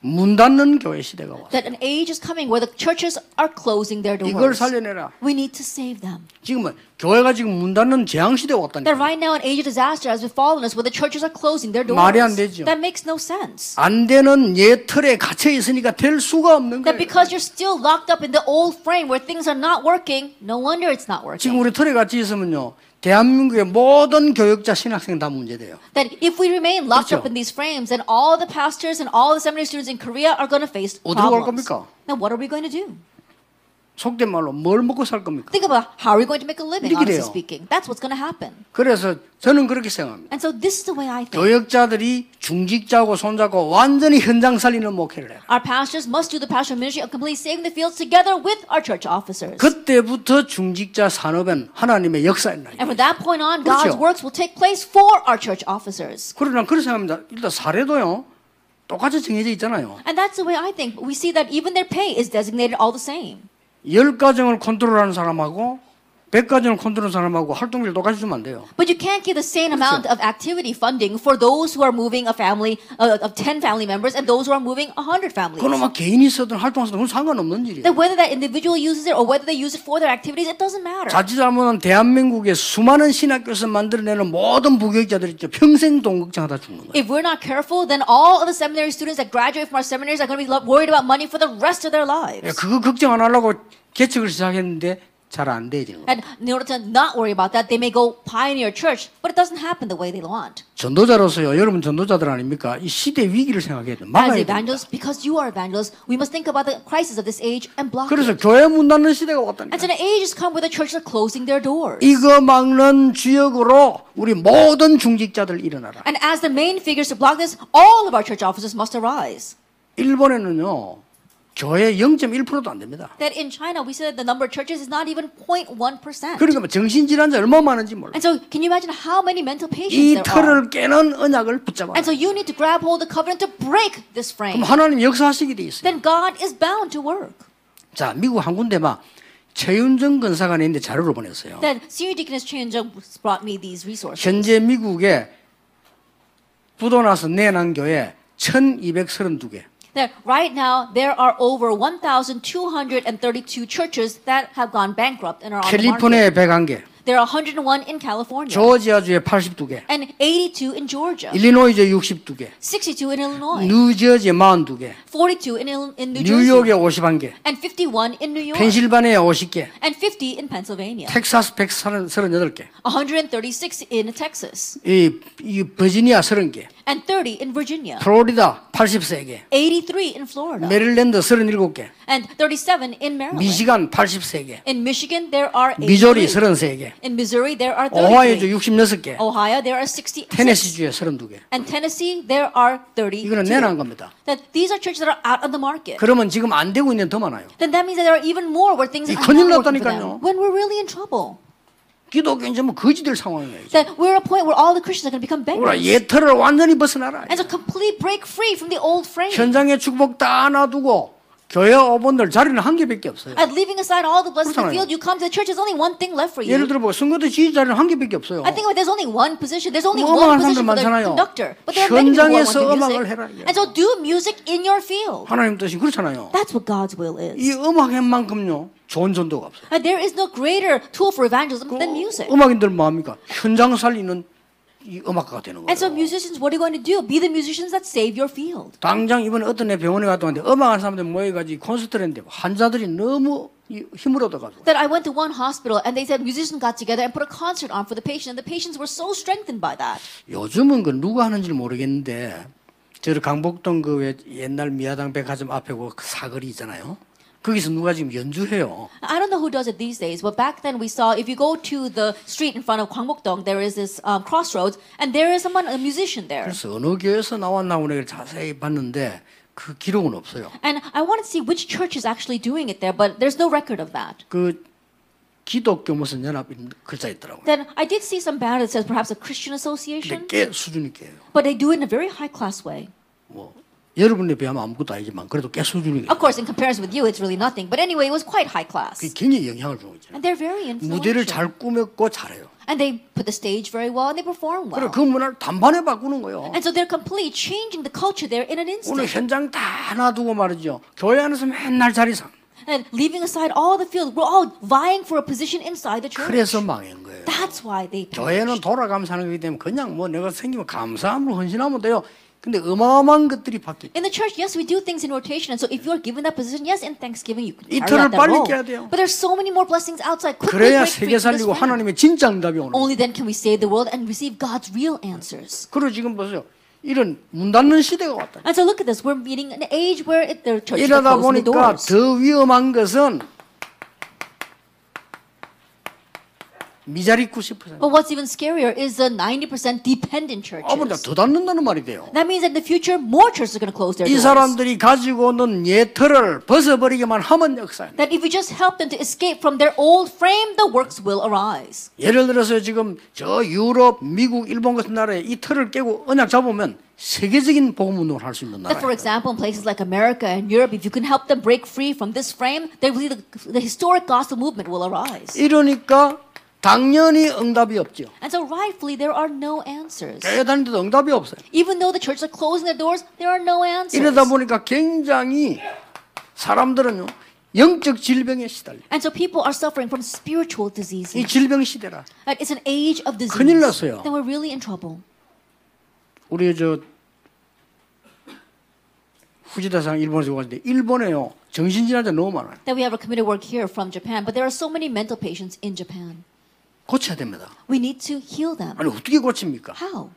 [SPEAKER 1] 문 닫는 교회 시대가 왔어.
[SPEAKER 2] That an age is coming where the churches are closing their
[SPEAKER 1] 이걸
[SPEAKER 2] doors.
[SPEAKER 1] 살려내라.
[SPEAKER 2] We need to save them.
[SPEAKER 1] 지금은 교회가 지금 문 닫는 재앙 시대
[SPEAKER 2] That
[SPEAKER 1] 왔다니까.
[SPEAKER 2] right now, an age of disaster has befallen us where the churches are closing their doors.
[SPEAKER 1] 말이 안 되죠.
[SPEAKER 2] That makes no sense.
[SPEAKER 1] 안 되는 옛 틀에 갇혀 있으니까 될 수가 없는
[SPEAKER 2] That
[SPEAKER 1] 거예요.
[SPEAKER 2] because you're still locked up in the old frame where things are not working, no wonder it's not
[SPEAKER 1] 지금
[SPEAKER 2] working.
[SPEAKER 1] 우리 틀에 갇혀 있으면요. 대한민국의 모든 교육자 신학생 다 문제돼요.
[SPEAKER 2] That if we remain locked
[SPEAKER 1] 그렇죠.
[SPEAKER 2] up in these frames, then all the pastors and all the seminary students in Korea are going to face
[SPEAKER 1] 어디로 갈
[SPEAKER 2] problems.
[SPEAKER 1] 겁니까?
[SPEAKER 2] Now, what are we going to do?
[SPEAKER 1] 속된 말로 뭘 먹고 살 겁니까?
[SPEAKER 2] Think about how are we going to make a living,
[SPEAKER 1] 이렇게
[SPEAKER 2] honestly
[SPEAKER 1] 돼요.
[SPEAKER 2] speaking. That's what's going to happen.
[SPEAKER 1] 그래서 저는 그렇게 생각합니다.
[SPEAKER 2] And so this is the way I think.
[SPEAKER 1] 교역자들이 중직자하고 손잡고 완전히 현장 살리는 목회를 해요.
[SPEAKER 2] Our pastors must do the pastoral ministry of completely saving the fields together with our church officers.
[SPEAKER 1] 그때부터 중직자 산업은 하나님의 역사였나요.
[SPEAKER 2] And from that point on,
[SPEAKER 1] 그렇죠.
[SPEAKER 2] God's works will take place for our church officers.
[SPEAKER 1] 그러나 그렇게 생각합니다. 일단 사례도요. 똑같이 정해져 있잖아요.
[SPEAKER 2] And that's the way I think. We see that even their pay is designated all the same.
[SPEAKER 1] 열 가정을 컨트롤하는 사람하고 백 가정을 컨트롤하는 사람하고 활동비를 똑같이 주면 안 돼요.
[SPEAKER 2] But you can't give the same amount of activity funding for those who are moving a family uh, of 10 family members and those who are moving 100 families.
[SPEAKER 1] 그놈아 개인이 쓰든 활동하든 그건 상관없는 일이에요.
[SPEAKER 2] That whether that individual uses it or whether they use it for their activities, it doesn't matter.
[SPEAKER 1] 자칫 잘못하면 대한민국의 수많은 신학교에서 만들어내는 모든 부교육자들이 있죠. 평생 동극장하다 죽는 거예요.
[SPEAKER 2] If we're not careful, then all of the seminary students that graduate from our seminaries are going to be lo- worried about money for the rest of their
[SPEAKER 1] 예,
[SPEAKER 2] lives.
[SPEAKER 1] 그거 걱정 안 하려고 개척을 시작했는데 잘 안 돼요 지금.
[SPEAKER 2] And in order to not worry about that, they may go pioneer church, but it doesn't happen the way they want.
[SPEAKER 1] 전도자로서요. 여러분 전도자들 아닙니까? 이 시대 위기를 생각해야 돼요.
[SPEAKER 2] As
[SPEAKER 1] 막아야 돼요.
[SPEAKER 2] evangelists, because you are evangelists, we must think about the crisis of this age and block it.
[SPEAKER 1] 그래서 교회 문 닫는 시대가 왔다니까.
[SPEAKER 2] And so an age has come where the churches are closing their doors.
[SPEAKER 1] 이거 막는 주역으로 우리 모든 중직자들 일어나라.
[SPEAKER 2] And as the main figures to block this, all of our church officers must arise.
[SPEAKER 1] 일본에는요. 교회 0.1%도 안 됩니다.
[SPEAKER 2] That in China, we said that the number of churches is not even 0.1%.
[SPEAKER 1] 그러니까 뭐 정신질환자 얼마 많은지 몰라.
[SPEAKER 2] And so, can you imagine how many mental patients
[SPEAKER 1] 이
[SPEAKER 2] there are?
[SPEAKER 1] 틀을 깨는 언약을 붙잡아.
[SPEAKER 2] And so you need to grab hold of the covenant to break this
[SPEAKER 1] 그럼
[SPEAKER 2] frame.
[SPEAKER 1] 하나님 역사하시게 돼 있어요.
[SPEAKER 2] Then God is bound to work.
[SPEAKER 1] 자, 미국 한 군데 막 최윤정 근사가 냈는데 자료를 보냈어요.
[SPEAKER 2] Then senior deaconess Chien Jung brought me these resources.
[SPEAKER 1] 현재 미국에 부도나서 내난 교회 1232개.
[SPEAKER 2] That right now there are over 1,232 churches that have gone bankrupt and are on the market.
[SPEAKER 1] 캘리포니아에 101개,
[SPEAKER 2] There are 101 in California
[SPEAKER 1] 조지아주에 82개,
[SPEAKER 2] and 82 in Georgia,
[SPEAKER 1] 일리노이주에 62개,
[SPEAKER 2] 62 in
[SPEAKER 1] 어, 예.
[SPEAKER 2] Illinois,
[SPEAKER 1] 뉴저지에 42개,
[SPEAKER 2] 42 in, Il- in New
[SPEAKER 1] 뉴욕에
[SPEAKER 2] Jersey,
[SPEAKER 1] 51개,
[SPEAKER 2] and 51 in New York,
[SPEAKER 1] 펜실바니아 50개,
[SPEAKER 2] and 50 in Pennsylvania,
[SPEAKER 1] 텍사스 138개,
[SPEAKER 2] 136 in Texas,
[SPEAKER 1] 이, 이 버지니아 30개,
[SPEAKER 2] and 30 in Virginia,
[SPEAKER 1] 플로리다 83개,
[SPEAKER 2] 83 in Florida.
[SPEAKER 1] 메릴랜드 37개,
[SPEAKER 2] and 37 in Maryland.
[SPEAKER 1] 미시간 83개,
[SPEAKER 2] In Michigan, there are 83.
[SPEAKER 1] 미조리 33개,
[SPEAKER 2] In Missouri, there are 33.
[SPEAKER 1] 오하이오주 66개,
[SPEAKER 2] Ohio, there are 60.
[SPEAKER 1] 테네시주에 32개.
[SPEAKER 2] And Tennessee, there are 30.
[SPEAKER 1] 이거는 내놓은 겁니다.
[SPEAKER 2] That these are churches that are out on the market.
[SPEAKER 1] 그러면 지금 안 되고 있는 게 더 많아요.
[SPEAKER 2] Then that means that there are even more where
[SPEAKER 1] 이
[SPEAKER 2] things are
[SPEAKER 1] 큰일
[SPEAKER 2] not working for
[SPEAKER 1] 났다니까요.
[SPEAKER 2] them. When we're really in trouble.
[SPEAKER 1] 기독교 이제 뭐 거지될 상황이에요.
[SPEAKER 2] That we're at a point where all the Christians are going to become
[SPEAKER 1] 우리가
[SPEAKER 2] bankrupt.
[SPEAKER 1] 예터를 완전히 벗어나라.
[SPEAKER 2] And so complete break free from the old frame.
[SPEAKER 1] 현장에 축복 다 놔두고 교회 어번들 자리는 한 개밖에 없어요.
[SPEAKER 2] And leaving aside all the blessings
[SPEAKER 1] 그렇잖아요.
[SPEAKER 2] revealed, you come to the church, there's only one thing left for you.
[SPEAKER 1] 예를 들어 뭐 선거대 지휘자리는 한 개밖에 없어요.
[SPEAKER 2] I think about there's only one position. There's only one
[SPEAKER 1] 어마어마한 사람들
[SPEAKER 2] position for the
[SPEAKER 1] 많잖아요.
[SPEAKER 2] conductor. But there are many people who want
[SPEAKER 1] 현장에서
[SPEAKER 2] to do
[SPEAKER 1] 음악을
[SPEAKER 2] music.
[SPEAKER 1] 해라, 이게.
[SPEAKER 2] And so do music in your field.
[SPEAKER 1] 하나님 뜻이 그렇잖아요.
[SPEAKER 2] That's what God's will is.
[SPEAKER 1] 이 음악인만큼요 좋은 전도가 없어요.
[SPEAKER 2] And there is no greater tool for evangelism than music.
[SPEAKER 1] 음악인들 뭐합니까? 현장 살리는 이 음악가가 되는 거예요.
[SPEAKER 2] And so, musicians, what are you going to do? Be the musicians that save your field.
[SPEAKER 1] 당장 이번에 어떤 애 병원에 갔다 왔는데 음악하는 사람들 모여가지고 콘서트를 했는데 환자들이 너무 이 힘을 얻어가지고
[SPEAKER 2] That I went to one hospital and they said musicians got together and put a concert on for the patient, and the patients were so strengthened by that.
[SPEAKER 1] 요즘은 그 누가 하는지 모르겠는데 저를 강북동 그 왜 옛날 미아당 백화점 앞에 그 사거리 있잖아요. 거기서 누가 지금 연주해요.
[SPEAKER 2] I don't know who does it these days, but back then we saw if you go to the street in front of Gwangbokdong, there is this um, crossroads, and there is someone, a musician there.
[SPEAKER 1] 그래서 어느 교회에서 나왔나 오늘 자세히 봤는데 그 기록은 없어요.
[SPEAKER 2] And I want to see which church is actually doing it there, but there's no record of that.
[SPEAKER 1] 그 기독교 무슨 연합 이런 글자 있더라고요.
[SPEAKER 2] Then I did see some banner that says perhaps a
[SPEAKER 1] 근데
[SPEAKER 2] Christian association,
[SPEAKER 1] 꽤 수준이 깨요.
[SPEAKER 2] but they do it in a very high class way.
[SPEAKER 1] 뭐 여러분에 비하면 아무것도 아니지만 그래도 꽤 수준이 깨요.
[SPEAKER 2] Of course, in comparison with you, it's really nothing, but anyway, it was quite high class.
[SPEAKER 1] 그게 굉장히 영향을 주는 거잖아요. 그렇죠.
[SPEAKER 2] And they're very
[SPEAKER 1] 무대를
[SPEAKER 2] influential.
[SPEAKER 1] 잘 꾸몄고 잘해요.
[SPEAKER 2] And they put the stage very well and they perform
[SPEAKER 1] 그래
[SPEAKER 2] well.
[SPEAKER 1] 그 문화를 단번에 바꾸는 거예요.
[SPEAKER 2] And so they're completely changing the culture there in an
[SPEAKER 1] 오늘
[SPEAKER 2] instant.
[SPEAKER 1] 현장 다 놔두고 말이죠. 교회 안에서 맨날 자리상.
[SPEAKER 2] And leaving aside all the field, we're all vying for a position inside the church.
[SPEAKER 1] 그래서 망한 거예요.
[SPEAKER 2] That's why they
[SPEAKER 1] 교회는
[SPEAKER 2] perished.
[SPEAKER 1] 돌아가면 사는 거기 때문에 그냥 뭐 내가 생기면 감사함으로 헌신하면 돼요. 근데 어마어마한 것들이 바뀌.
[SPEAKER 2] In the church, yes, we do things in rotation. And so if you're given that position, yes, in Thanksgiving, you can carry
[SPEAKER 1] 이틀을
[SPEAKER 2] out that
[SPEAKER 1] 빨리
[SPEAKER 2] role.
[SPEAKER 1] 깨야 돼요.
[SPEAKER 2] But there's so many more blessings outside. Quickly
[SPEAKER 1] 그래야
[SPEAKER 2] break
[SPEAKER 1] 세계
[SPEAKER 2] free from this
[SPEAKER 1] 살리고
[SPEAKER 2] realm.
[SPEAKER 1] 하나님의 진짜 응답이 오는. 거예요.
[SPEAKER 2] Only then can we save the world and receive God's real answers.
[SPEAKER 1] 그리고 지금 보세요. 이런 문 닫는 시대가 왔다.
[SPEAKER 2] And so look at this. We're meeting an age where it, the churches are
[SPEAKER 1] 이러다
[SPEAKER 2] closing the
[SPEAKER 1] 보니까
[SPEAKER 2] doors.
[SPEAKER 1] 더 위험한 것은 미자리 90%.
[SPEAKER 2] But what's even scarier is the 90% dependent churches.
[SPEAKER 1] 아버지 더 닫는다는 말이 돼요.
[SPEAKER 2] That means that in the future, more churches are going to close their
[SPEAKER 1] 이
[SPEAKER 2] doors.
[SPEAKER 1] 사람들이 가지고 있는 예터를 벗어버리기만 하면 역사예요.
[SPEAKER 2] That if you just help them to escape from their old frame, the works will arise.
[SPEAKER 1] 예를 들어서 지금 저 유럽, 미국, 일본 같은 나라에 이 틀을 깨고 언약 잡으면 세계적인 복음 운동을 할 수 있는
[SPEAKER 2] That, for
[SPEAKER 1] 나라예요.
[SPEAKER 2] example, in places like America and Europe, if you can help them break free from this frame, they believe the, the historic gospel movement will arise.
[SPEAKER 1] 이러니까 당연히 응답이 없죠.
[SPEAKER 2] And so, rightfully, there are no answers.
[SPEAKER 1] 교회 다니는데도 응답이 없어요.
[SPEAKER 2] Even though the churches are closing their doors, there are no answers.
[SPEAKER 1] 이러다 보니까 굉장히 사람들은요 영적 질병에 시달려.
[SPEAKER 2] And so, people are suffering from spiritual diseases.
[SPEAKER 1] 이 질병 시대라.
[SPEAKER 2] That It's an age of disease.
[SPEAKER 1] 큰일 났어요.
[SPEAKER 2] Then we're really in trouble.
[SPEAKER 1] 우리 저 후지다상 일본에서 왔는데 일본에요 정신질환자 너무 많아요.
[SPEAKER 2] That we have a committee work here from Japan, but there are so many mental patients in Japan.
[SPEAKER 1] 고쳐야 됩니다.
[SPEAKER 2] We need to heal them.
[SPEAKER 1] 아니 어떻게 고칩니까?
[SPEAKER 2] How?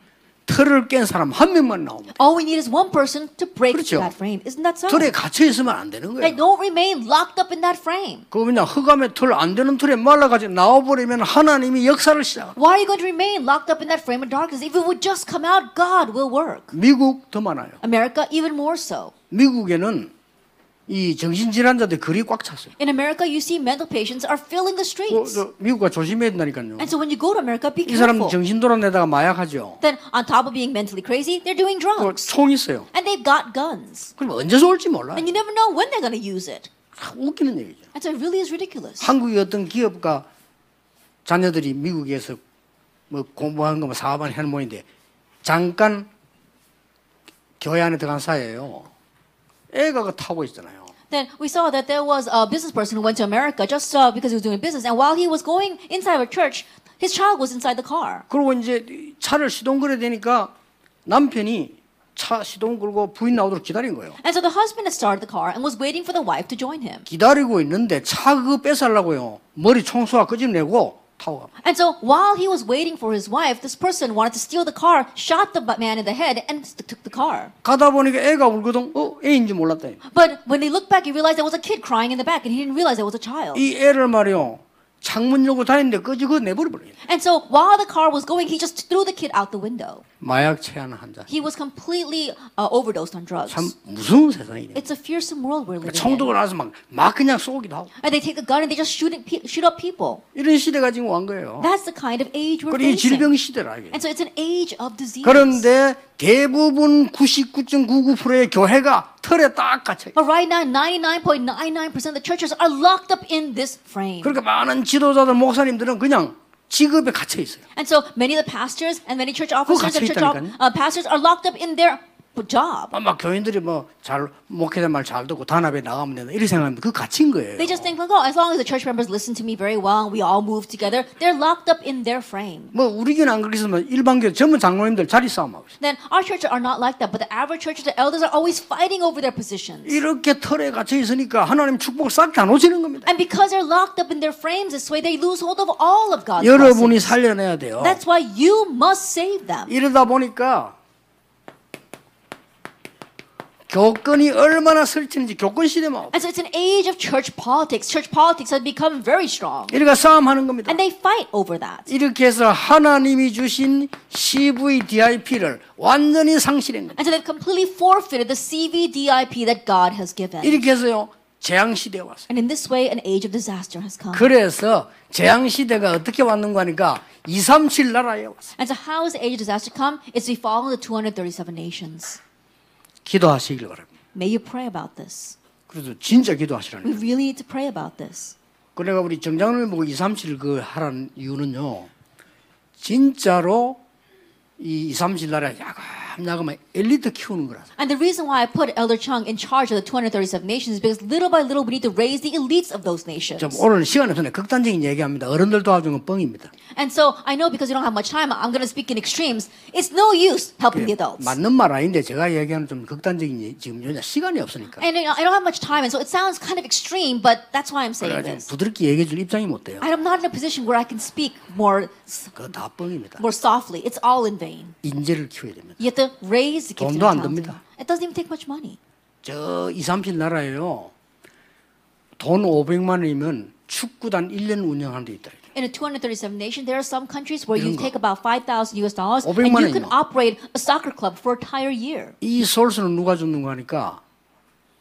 [SPEAKER 1] 틀을 깬 사람 한 명만 나옵니다.
[SPEAKER 2] All we need is one person to break
[SPEAKER 1] 그렇죠.
[SPEAKER 2] through that frame. Isn't that so?
[SPEAKER 1] 틀에 갇혀 있으면 안 되는 거예요.
[SPEAKER 2] They don't remain locked up in that frame.
[SPEAKER 1] 그 그냥 흑암의 틀 안 되는 틀에 말라가지고 나와버리면 하나님이 역사를 시작합니다.
[SPEAKER 2] Why are you going to remain locked up in that frame of darkness? If it would just come out, God will work.
[SPEAKER 1] 미국 더 많아요.
[SPEAKER 2] America, even more so.
[SPEAKER 1] 미국에는 이 정신질환자들 거리 꽉 찼어요.
[SPEAKER 2] In America, you see mental patients are filling the
[SPEAKER 1] 그,
[SPEAKER 2] streets.
[SPEAKER 1] 저, 미국과 조심해야 된다니까요.
[SPEAKER 2] And so when you go to America, be
[SPEAKER 1] 이 사람
[SPEAKER 2] careful.
[SPEAKER 1] 정신 돌아내다가 마약하죠.
[SPEAKER 2] Then, on top of being mentally crazy, they're doing
[SPEAKER 1] 그
[SPEAKER 2] drugs.
[SPEAKER 1] 총 있어요.
[SPEAKER 2] And they've got guns.
[SPEAKER 1] 그럼 언제서 올지 몰라.
[SPEAKER 2] And you never know when they're going to use it.
[SPEAKER 1] 웃기는 얘기죠.
[SPEAKER 2] And so it really is ridiculous.
[SPEAKER 1] 한국의 어떤 기업가 자녀들이 미국에서 뭐 공부하는 거뭐 사업하는 할머니인데 잠깐 교회 안에 들어간 사이에요. 애가 그 타고 있잖아요.
[SPEAKER 2] Then we saw that there was a business person who went to America just uh, because he was doing business. And while he was going inside of a church, his child was inside the car.
[SPEAKER 1] 그리고 이제 차를 시동 걸어야 되니까 남편이 차 시동 걸고 부인 나오도록 기다린 거예요.
[SPEAKER 2] And so the husband had started the car and was waiting for the wife to join him.
[SPEAKER 1] 기다리고 있는데 차 그거 뺏으려고요. 머리 청소가 끄집내고 타고 갑니다.
[SPEAKER 2] And so while he was waiting for his wife, this person wanted to steal the car, shot the bu- man in the head, and st- took the car.
[SPEAKER 1] 가다 보니까 애가 울거든. 어, 애인지 몰랐다.
[SPEAKER 2] But when he looked back, he realized there was a kid crying in the back, and he didn't realize there was a child.
[SPEAKER 1] 이 애를 말이요. 창문 열고 다니는데 끄지고 내버려버려요.
[SPEAKER 2] And so while the car was going, he just threw the kid out the window.
[SPEAKER 1] 마약 체하는 한 잔.
[SPEAKER 2] He was completely uh, overdosed
[SPEAKER 1] 참
[SPEAKER 2] on drugs.
[SPEAKER 1] 무서운 세상이네. 그러니까
[SPEAKER 2] It's a fearsome world we're living in.
[SPEAKER 1] 청독을 나서 막, 막 그냥 쏘기도 하고.
[SPEAKER 2] And they take a gun and they just shoot, at pe- shoot up people.
[SPEAKER 1] 이런 시대가 지금 온 거예요.
[SPEAKER 2] That's the kind of age we're
[SPEAKER 1] 그리고 이
[SPEAKER 2] facing.
[SPEAKER 1] 질병 시대라. 이게.
[SPEAKER 2] And so it's an age of disease.
[SPEAKER 1] 그런데 대부분 99.99%의 교회가 틀에 딱 갇혀. 있어요.
[SPEAKER 2] But right now, 99.99% of the churches are locked up in this frame.
[SPEAKER 1] 그러니까 많은 지도자들 목사님들은 그냥 직업에 갇혀 있어요.
[SPEAKER 2] And so many of the pastors and many church officers
[SPEAKER 1] 갇혀
[SPEAKER 2] and church op-
[SPEAKER 1] 있다니까요.
[SPEAKER 2] uh, pastors are locked up in their job.
[SPEAKER 1] 막 교인들이 뭐 잘 목회자 말 잘 듣고 단합에 나가면 된다 이렇게 생각하면 그 가치인 거예요.
[SPEAKER 2] They just think like, oh, as long as the church members listen to me very well, we all move together. They're locked up in their frame.
[SPEAKER 1] 뭐 우리 교는 안 그렇겠지만 일반교 전부 장로님들 자리 싸움하고 있어요.
[SPEAKER 2] Then our churches are not like that, but the average church, the elders are always fighting over their positions.
[SPEAKER 1] 이렇게 털에 갇혀 있으니까 하나님 축복 싹 다 놓치는 겁니다.
[SPEAKER 2] And because they're locked up in their frames this way, they lose hold of all of God's blessings.
[SPEAKER 1] 여러분이 살려내야 돼요.
[SPEAKER 2] That's why you must save them.
[SPEAKER 1] 이러다 보니까 교권이 얼마나 설치는지 교권 시대만 없-
[SPEAKER 2] And so it's an age of church politics. Church politics has become very strong.
[SPEAKER 1] 이러니까 싸움하는 겁니다.
[SPEAKER 2] And they fight over that.
[SPEAKER 1] 이렇게 해서 하나님이 주신 CVDIP를 완전히 상실한 겁니다.
[SPEAKER 2] And so they've completely forfeited the CVDIP that God has given.
[SPEAKER 1] 이렇게 해서요 재앙 시대에 왔어요.
[SPEAKER 2] And in this way, an age of disaster has come.
[SPEAKER 1] 그래서 재앙 시대가 어떻게 왔는가 하니까 237 나라에 왔어요.
[SPEAKER 2] And so, how has the age of disaster come? It's we follow the 237 nations.
[SPEAKER 1] 기도하시길 바랍니다.
[SPEAKER 2] May you pray about this.
[SPEAKER 1] 그래서 진짜
[SPEAKER 2] We
[SPEAKER 1] 기도하시라는 거예요.
[SPEAKER 2] really need to pray about this.
[SPEAKER 1] 그러니까 우리 정장을 보고 237 그 하라는 이유는요. 진짜로 이 237 나라 야금야금 엘리트 키우는 거라서.
[SPEAKER 2] And the reason why I put Elder Chung in charge of the 237 nations is because little by little we need to raise the elites of those nations.
[SPEAKER 1] 좀 오늘 시간 없으니까 극단적인 얘기합니다. 어른들 도와주는 건 뻥입니다.
[SPEAKER 2] And so I know because we don't have much time, I'm going to speak in extremes. It's no use helping the adults.
[SPEAKER 1] 맞는 말 아닌데 제가 얘기하는 좀 극단적인 얘기, 지금 요즘 시간이 없으니까.
[SPEAKER 2] And you know, I don't have much time, and so it sounds kind of extreme, but that's why I'm saying
[SPEAKER 1] 그래가지고
[SPEAKER 2] this.
[SPEAKER 1] 부드럽게 얘기해 줄 입장이 못 돼요.
[SPEAKER 2] I'm not in a position where I can speak more, s-
[SPEAKER 1] 그거 다 뻥입니다.
[SPEAKER 2] more softly. It's all in vain.
[SPEAKER 1] 인재를 키워야 됩니다.
[SPEAKER 2] You have to raise the gift. and
[SPEAKER 1] 돈도 안
[SPEAKER 2] talent.
[SPEAKER 1] 듭니다.
[SPEAKER 2] It doesn't even take much money.
[SPEAKER 1] 저 2, 30 나라에요. 돈 500만 원이면 축구단 1년 운영하는 데 있다.
[SPEAKER 2] In a 237 nation, there are some countries where
[SPEAKER 1] 이런
[SPEAKER 2] you
[SPEAKER 1] 거.
[SPEAKER 2] take about 5,000 US dollars and
[SPEAKER 1] 500만
[SPEAKER 2] you can
[SPEAKER 1] 원이요.
[SPEAKER 2] operate a soccer club for an entire year.
[SPEAKER 1] 이 소스는 누가 줬는가 하니까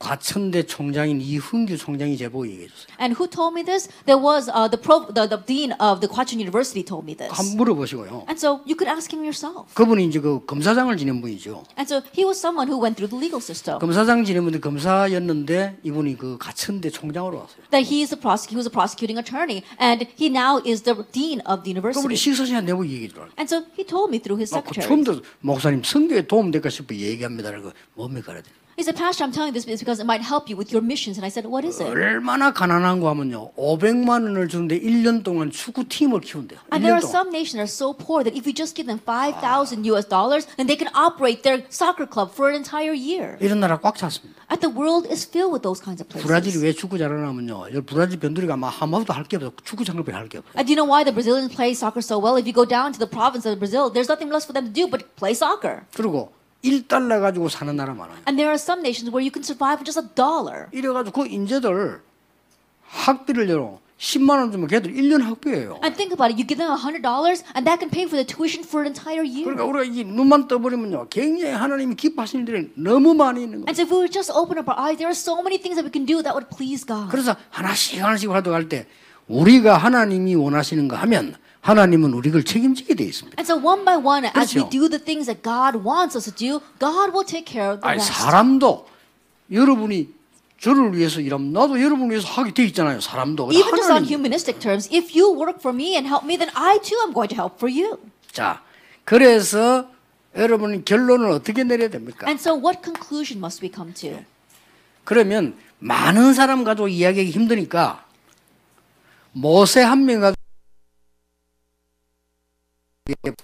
[SPEAKER 1] 과천대 총장인 이흥규 총장이 제보고 얘기해 줬어요.
[SPEAKER 2] And who told me this? There was uh, the, pro- the the dean of the Kwachon University told me this.
[SPEAKER 1] 한번 물어보시고요.
[SPEAKER 2] And so you could ask him yourself.
[SPEAKER 1] 그분이 이제 그 검사장을 지낸 분이죠.
[SPEAKER 2] And so he was someone who went through the legal system.
[SPEAKER 1] 검사장 지낸 분이 검사였는데 이분이 그 과천대 총장으로 왔어요.
[SPEAKER 2] That he is a prosec- he was a prosecuting attorney, and he now is the dean of the
[SPEAKER 1] 그분이
[SPEAKER 2] university.
[SPEAKER 1] 식사 시간 내고 얘기해 주라고.
[SPEAKER 2] And so he told me through his
[SPEAKER 1] 막
[SPEAKER 2] secretary.
[SPEAKER 1] 처음 들어 목사님 선교에 도움 될까 싶어 얘기합니다. 그 뭡니까? 그래요.
[SPEAKER 2] He said, Pastor, I'm telling you this because it might help you with your missions. And I said, What is it?
[SPEAKER 1] 얼마나 가난한 거 하면요. 500만 원을 주는데 1년 동안 축구 팀을 키운대요.
[SPEAKER 2] And there
[SPEAKER 1] 1년
[SPEAKER 2] are
[SPEAKER 1] 동안.
[SPEAKER 2] some nations that are so poor that if you just give them 5,000 US dollars, then they can operate their soccer club for an entire year.
[SPEAKER 1] 이런 나라 꽉 찼습니다.
[SPEAKER 2] And the world is filled with those kinds of
[SPEAKER 1] 브라질이
[SPEAKER 2] places.
[SPEAKER 1] 왜 축구 잘하냐면요. 여기 브라질 변두리가 아마 한마디도 할 게 없어. 축구 장르밖에 할 게 없어.
[SPEAKER 2] And do you know why the Brazilians play soccer so well? If you go down to the province of Brazil, there's nothing left for them to do but play soccer.
[SPEAKER 1] 그리고 1달러 가지고 사는 나라 많아요.
[SPEAKER 2] And there are some nations where you can survive with just a dollar.
[SPEAKER 1] 이래가지고 그 인재들 학비를 열어 10만 원 주면 걔들 1년 학비예요.
[SPEAKER 2] And think about it, you give them $100 and that can pay for the tuition for an entire year.
[SPEAKER 1] 그러니까 우리가 이 눈만 떠버리면요. 굉장히 하나님이 기뻐하시는 일들이 너무 많이 있는 거예요.
[SPEAKER 2] And so if we would just open up our eyes, there are so many things that we can do that would please God.
[SPEAKER 1] 그래서 하나씩 하나씩 활동할 때 우리가 하나님이 원하시는 거 하면 하나님은 우리를 책임지게 돼 있습니다.
[SPEAKER 2] And so one by one, as we
[SPEAKER 1] 그렇죠.
[SPEAKER 2] do the things that God wants us to do, God will take care of the
[SPEAKER 1] 아니
[SPEAKER 2] rest.
[SPEAKER 1] 사람도 여러분이 저를 위해서 일하면 나도 여러분을 위해서 하게 돼 있잖아요. 사람도 근데
[SPEAKER 2] Even just on
[SPEAKER 1] 하나님
[SPEAKER 2] humanistic terms, if you work for me and help me, then I too am going to help for you.
[SPEAKER 1] 자 그래서 여러분 결론을 어떻게 내려야 됩니까?
[SPEAKER 2] And so what conclusion must we come to?
[SPEAKER 1] 그러면 많은 사람 가지고 이야기하기 힘드니까 모세 한 명 가지고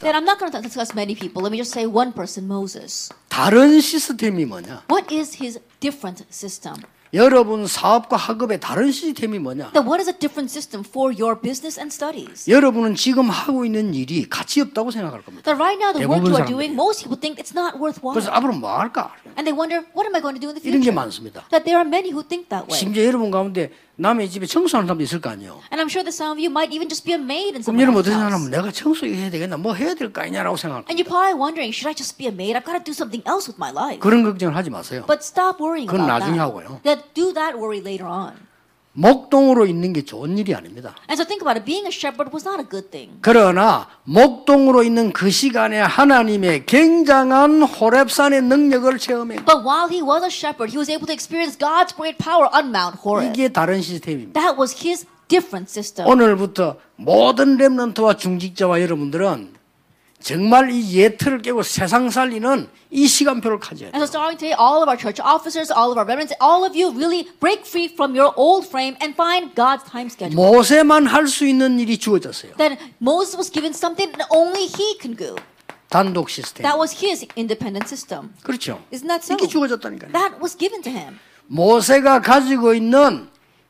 [SPEAKER 2] Then I'm not going to discuss many people. Let me just say one person, Moses.
[SPEAKER 1] 다른 시스템이 뭐냐?
[SPEAKER 2] What is his different system?
[SPEAKER 1] 여러분 사업과 학업의 다른 시스템이 뭐냐?
[SPEAKER 2] Then what is a different system for your business and studies?
[SPEAKER 1] 여러분은 지금 하고 있는 일이 가치 없다고 생각할 겁니다.
[SPEAKER 2] That right now the work
[SPEAKER 1] 대부분
[SPEAKER 2] you are
[SPEAKER 1] 사람들이.
[SPEAKER 2] doing, most people think it's not
[SPEAKER 1] 그래서
[SPEAKER 2] worthwhile.
[SPEAKER 1] 앞으로 뭐 할까?
[SPEAKER 2] And they wonder, what am I going to do in the
[SPEAKER 1] 이런 게
[SPEAKER 2] future?
[SPEAKER 1] 많습니다.
[SPEAKER 2] That there are many who think that way.
[SPEAKER 1] 심지어 여러분 가운데 남의 집에 청소하는 사람도 있을 거 아니에요.
[SPEAKER 2] And I'm sure that some of you might even just be a maid in
[SPEAKER 1] 그럼
[SPEAKER 2] someone
[SPEAKER 1] 여러분 어떻게
[SPEAKER 2] else's house.
[SPEAKER 1] 생각하면 내가 청소 해야 되겠나 뭐 해야 될 거 아니냐라고 생각합니다.
[SPEAKER 2] And you're probably wondering, should I just be a maid? I've got to do something else with my life.
[SPEAKER 1] 그런 걱정을 하지 마세요.
[SPEAKER 2] But stop worrying
[SPEAKER 1] 그건
[SPEAKER 2] about
[SPEAKER 1] 나중에
[SPEAKER 2] that.
[SPEAKER 1] 하고요.
[SPEAKER 2] That do that worry later on.
[SPEAKER 1] 목동으로 있는 게 좋은 일이 아닙니다.
[SPEAKER 2] And so think about it. Being a shepherd was not a good thing.
[SPEAKER 1] 그러나 목동으로 있는 그 시간에 하나님의 굉장한 호랩산의 능력을 체험해
[SPEAKER 2] But while he was a shepherd, he was able to experience God's great power on Mount Horeb.
[SPEAKER 1] 이게 다른 시스템입니다.
[SPEAKER 2] That was his different system.
[SPEAKER 1] 오늘부터 모든 렘넌트와 중직자와 여러분들은 정말 이 예틀을 깨고 세상 살리는 이 시간표를 가져야 돼요.
[SPEAKER 2] And so starting today, all of our church officers, all of our reverends, all of you really break free from your old frame and find God's time schedule.
[SPEAKER 1] 모세만 할 수 있는 일이 주어졌어요.
[SPEAKER 2] Then Moses was given something that only he can do.
[SPEAKER 1] 단독 시스템.
[SPEAKER 2] That was his independent system.
[SPEAKER 1] 그렇죠.
[SPEAKER 2] Isn't that so?
[SPEAKER 1] 이게 주어졌다니까요.
[SPEAKER 2] That was given to him.
[SPEAKER 1] 모세가 가지고 있는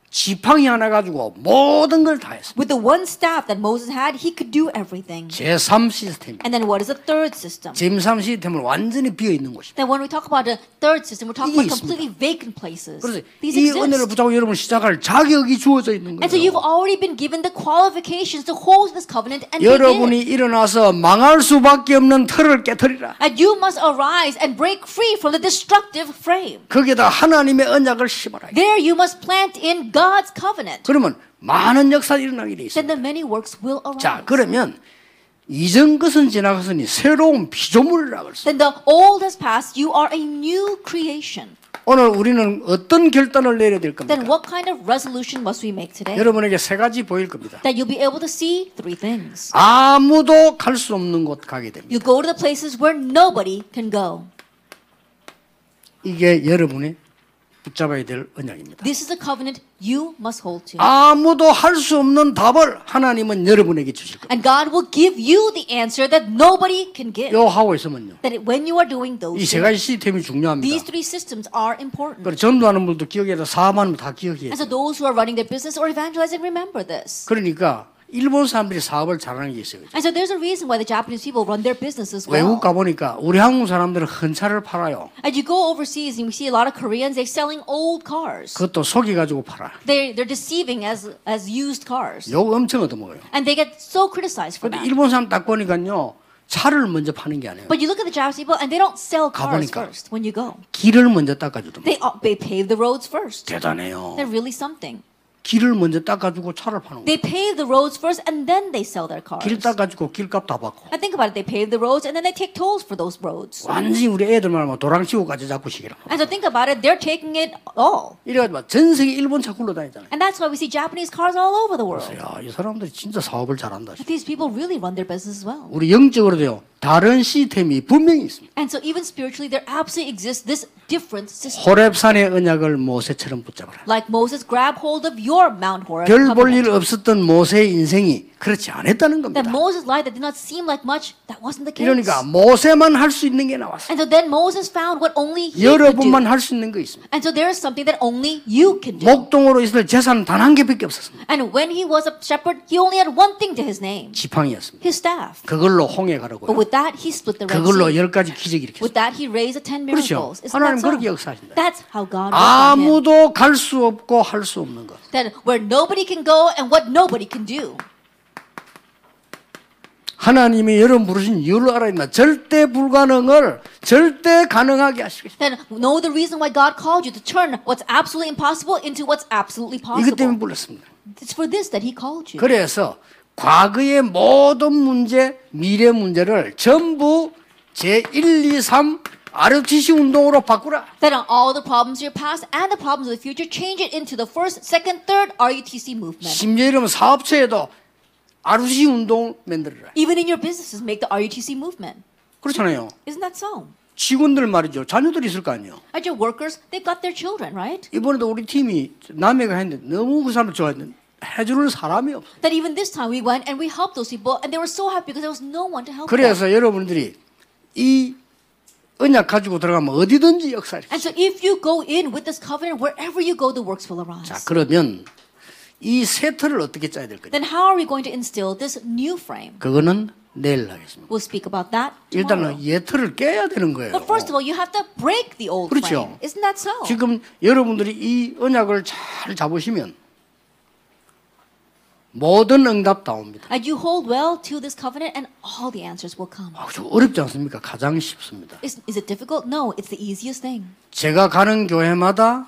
[SPEAKER 1] 지팡이 하나 가지고 모든 걸 다 했어요.
[SPEAKER 2] With the one staff that Moses had, he could do everything.
[SPEAKER 1] 제3 시스템.
[SPEAKER 2] And then what is the third system?
[SPEAKER 1] 제3 시스템은 완전히 비어 있는 곳입니다.
[SPEAKER 2] Then when we talk about the third system, we're talking
[SPEAKER 1] 이게
[SPEAKER 2] about completely vacant places.
[SPEAKER 1] 그래서
[SPEAKER 2] These
[SPEAKER 1] 이 은혜를
[SPEAKER 2] exist.
[SPEAKER 1] 붙잡고 여러분 시작할 아, 자격이 주어져 있는
[SPEAKER 2] And so you've
[SPEAKER 1] 거예요.
[SPEAKER 2] already been given the qualifications to hold this covenant and begin.
[SPEAKER 1] 여러분이 일어나서 망할 수밖에 없는 틀을 깨뜨리라.
[SPEAKER 2] And you must arise and break free from the destructive frame.
[SPEAKER 1] 거기에다 하나님의 언약을 심어라.
[SPEAKER 2] There you must plant in God's covenant.
[SPEAKER 1] 그러면 많은 역사가 일어나게 돼 있어요.
[SPEAKER 2] Then the many works will
[SPEAKER 1] 자,
[SPEAKER 2] arise.
[SPEAKER 1] 그러면 이전 것은 지나갔으니 새로운 피조물이라 그랬어요.
[SPEAKER 2] Then the old has passed, you are a new creation.
[SPEAKER 1] 오늘 우리는 네. 어떤 결단을 내려야 될 겁니까?
[SPEAKER 2] Then what kind of resolution must we make today?
[SPEAKER 1] 여러분에게 세 가지 보일 겁니다.
[SPEAKER 2] That you'll be able to see three things.
[SPEAKER 1] 아무도 갈 수 없는 곳 가게 됩니다.
[SPEAKER 2] You go to the places where nobody can go.
[SPEAKER 1] 이게 여러분이 붙잡아야 될 언약입니다.
[SPEAKER 2] This is a covenant you must hold to.
[SPEAKER 1] 아무도 할 수 없는 답을 하나님은 여러분에게 주실 겁니다.
[SPEAKER 2] And God will give you the answer that nobody can give.
[SPEAKER 1] 요 하고 있으면요.
[SPEAKER 2] That when you are doing
[SPEAKER 1] 이
[SPEAKER 2] those,
[SPEAKER 1] 세
[SPEAKER 2] things,
[SPEAKER 1] 가지 시스템이
[SPEAKER 2] these
[SPEAKER 1] 중요합니다.
[SPEAKER 2] three systems are important.
[SPEAKER 1] 그리고 전도하는 분도 기억해야 돼. 사업하는 분다 기억해야
[SPEAKER 2] And
[SPEAKER 1] 돼.
[SPEAKER 2] so those who are running their business or evangelizing remember this.
[SPEAKER 1] 그러니까 일본 사람들이 사업을 잘하는 게 있어요.
[SPEAKER 2] And so there's a reason why the Japanese people run their businesses
[SPEAKER 1] 외국
[SPEAKER 2] well.
[SPEAKER 1] 가보니까 우리 한국 사람들은 헌차를 팔아요.
[SPEAKER 2] And you go overseas and we see a lot of Koreans, they're selling old cars.
[SPEAKER 1] 그것도 속여가지고 팔아.
[SPEAKER 2] They they're deceiving as as used cars.
[SPEAKER 1] 욕 엄청 얻어먹어요.
[SPEAKER 2] And they get so criticized for
[SPEAKER 1] 근데
[SPEAKER 2] that.
[SPEAKER 1] 일본 사람 딱 보니까요. 차를 먼저 파는 게 아니에요.
[SPEAKER 2] But you look at the Japanese people and they don't sell cars
[SPEAKER 1] 가보니까.
[SPEAKER 2] first when you go.
[SPEAKER 1] 길을 먼저 닦아주더만.
[SPEAKER 2] They uh, they pave the roads first.
[SPEAKER 1] 대단해요.
[SPEAKER 2] They're really something.
[SPEAKER 1] 길을 먼저 닦아주고 차를 파는 거예요.
[SPEAKER 2] They pave the roads first and then they sell their cars.
[SPEAKER 1] 길 닦아주고 길값 다 받고.
[SPEAKER 2] And think about it, they pave the roads and then they take tolls for those roads.
[SPEAKER 1] 완전히 우리 애들만 하면 도랑치고까지 잡고 시키라.
[SPEAKER 2] And so think about it, they're taking it all.
[SPEAKER 1] 이래가지고 막전 세계 일본 차 굴러다니잖아요.
[SPEAKER 2] And that's why we see Japanese cars all over the world.
[SPEAKER 1] 야, 이 사람들이 진짜 사업을 잘한다.
[SPEAKER 2] But these people really run their business well.
[SPEAKER 1] 우리 영적으로도요. 다른 시스템이 분명히 있습니다.
[SPEAKER 2] And so even spiritually, there absolutely exists this different system.
[SPEAKER 1] 호랩산의 언약을 모세처럼 붙잡아라.
[SPEAKER 2] Like Moses, grab hold of your Mount Horeb
[SPEAKER 1] 별 볼
[SPEAKER 2] covenant.
[SPEAKER 1] 일 없었던 모세의 인생이 그렇지 않았다는 겁니다.
[SPEAKER 2] That Moses' life that did not seem like much, that wasn't the case.
[SPEAKER 1] 이러니까 모세만 할 수 있는 게 나왔어요.
[SPEAKER 2] And so then Moses found what only he could do.
[SPEAKER 1] 여러분만 할 수 있는 거 있습니다.
[SPEAKER 2] And so there is something that only you can do.
[SPEAKER 1] 목동으로 있을 재산은 단 한 개밖에 없었습니다.
[SPEAKER 2] And when he was a shepherd, he only had one thing to his name,
[SPEAKER 1] 지팡이였습니다.
[SPEAKER 2] his staff.
[SPEAKER 1] 그걸로 홍해
[SPEAKER 2] But
[SPEAKER 1] 가라고요.
[SPEAKER 2] with that, he split the Red
[SPEAKER 1] 그걸로
[SPEAKER 2] Sea.
[SPEAKER 1] 열 가지 기적이 일으켰어요.
[SPEAKER 2] With that, he raised the ten miracles. Isn't
[SPEAKER 1] 하나님
[SPEAKER 2] that so?
[SPEAKER 1] 그렇게 역사하신다.
[SPEAKER 2] That's how God worked on him.
[SPEAKER 1] 아무도 갈 수 없고 할 수 없는 것.
[SPEAKER 2] That where nobody can go and what nobody can do.
[SPEAKER 1] 하나님이 여러분 부르신 이유를 알아야 된다. 절대 불가능을 절대 가능하게 하시겠다.
[SPEAKER 2] Then know the reason why God called you to turn what's absolutely impossible into what's absolutely
[SPEAKER 1] 이것 때문에
[SPEAKER 2] possible.
[SPEAKER 1] 불렀습니다.
[SPEAKER 2] It's for this that He called you.
[SPEAKER 1] 그래서 과거의 모든 문제, 미래 문제를 전부 제1, 2, 3 ROTC 운동으로 바꾸라.
[SPEAKER 2] That on all the problems of your past and the problems of the future, change it into the first, second, third RUTC movement.
[SPEAKER 1] 심지어 이러면 사업체에도 ROTC 운동을 만들어라.
[SPEAKER 2] Even in your businesses, make the RUTC movement.
[SPEAKER 1] 그렇잖아요.
[SPEAKER 2] Isn't that so?
[SPEAKER 1] 직원들 말이죠. 자녀들이 있을 거 아니에요.
[SPEAKER 2] At your workers, they've got their children, right?
[SPEAKER 1] 이번에도 우리 팀이 남해가 했는데 너무 그 사람을 좋아했는데 해주는 사람이 없어.
[SPEAKER 2] That even this time we went and we helped those people, and they were so happy because there was no one to help them.
[SPEAKER 1] 그래서 여러분들이 이 언약 가지고 들어가면 어디든지 역사를.
[SPEAKER 2] And so if you go in with this covenant, wherever you go, the works will
[SPEAKER 1] 자,
[SPEAKER 2] arise.
[SPEAKER 1] 그러면 이 세트를 어떻게 짜야 될 거냐?
[SPEAKER 2] Then how are we going to instill this new frame?
[SPEAKER 1] 그거는 내일 하겠습니다.
[SPEAKER 2] We'll speak about that tomorrow.
[SPEAKER 1] 일단은 예틀을 깨야 되는 거예요.
[SPEAKER 2] But 어. first of all, you have to break the old
[SPEAKER 1] 그렇죠.
[SPEAKER 2] frame. Isn't that so?
[SPEAKER 1] 지금 여러분들이 이 언약을 잘 잡으시면 모든 응답 다 옵니다.
[SPEAKER 2] And you hold well to this covenant, and all the answers will come.
[SPEAKER 1] 아주 어렵지 않습니까? 가장 쉽습니다.
[SPEAKER 2] Is, is it difficult? No, it's the easiest thing.
[SPEAKER 1] 제가 가는 교회마다